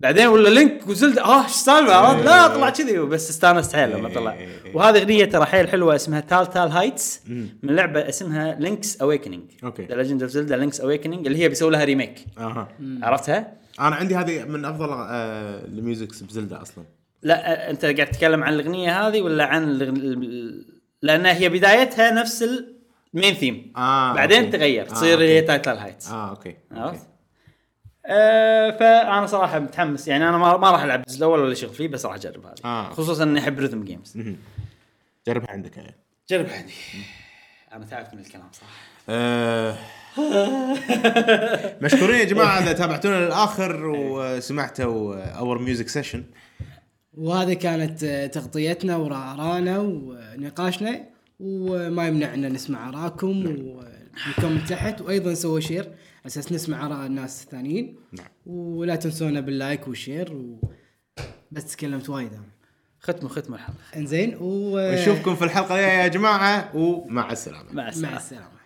Speaker 1: بعدين ولا لينك وزلد اه ايش السالفه عرفت؟ لا
Speaker 3: أي.
Speaker 1: طلع كذي بس استانست حيل لما
Speaker 3: أي.
Speaker 1: طلع
Speaker 3: أي.
Speaker 1: وهذه اغنيه ترى حيل حلوه اسمها تال تال هايتس من لعبه اسمها لينكس اويكننج
Speaker 3: أوكي.
Speaker 1: ذا ليجند اوف زلدا لينكس اويكننج اللي هي بيسوي لها ريميك
Speaker 3: اها
Speaker 1: عرفتها؟
Speaker 3: انا عندي هذه من افضل آه، الميوزكس بزلدة اصلا
Speaker 1: لا أ- انت قاعد تتكلم عن الاغنيه هذه ولا عن الغ... لان هي بدايتها نفس المين ثيم
Speaker 3: آه،
Speaker 1: بعدين
Speaker 3: أوكي.
Speaker 1: تغير
Speaker 3: آه،
Speaker 1: تصير
Speaker 3: أوكي.
Speaker 1: هي تايتل هايتس
Speaker 3: اه اوكي
Speaker 1: عرفت؟ آه فانا صراحه متحمس يعني انا ما, ما راح العب الجزء الاول ولا شغل فيه بس راح اجرب هذه
Speaker 3: آه.
Speaker 1: خصوصا اني احب ريثم جيمز
Speaker 3: جربها عندك يعني.
Speaker 1: جرب هذه انا تعبت من الكلام صراحه
Speaker 3: آه. مشكورين يا جماعه اذا تابعتونا للاخر وسمعتوا اور ميوزك سيشن
Speaker 2: وهذه كانت آه، تغطيتنا وراءنا ونقاشنا وما يمنعنا نسمع اراءكم ونكم تحت وايضا سووا شير على اساس نسمع اراء الناس الثانيين
Speaker 3: نعم.
Speaker 2: ولا تنسونا باللايك والشير و... بس تكلمت وايد انا
Speaker 1: ختموا ختموا الحلقه
Speaker 2: انزين و...
Speaker 3: نشوفكم في الحلقه الجايه يا جماعه ومع السلامه
Speaker 1: مع السلامه
Speaker 2: مع السلامه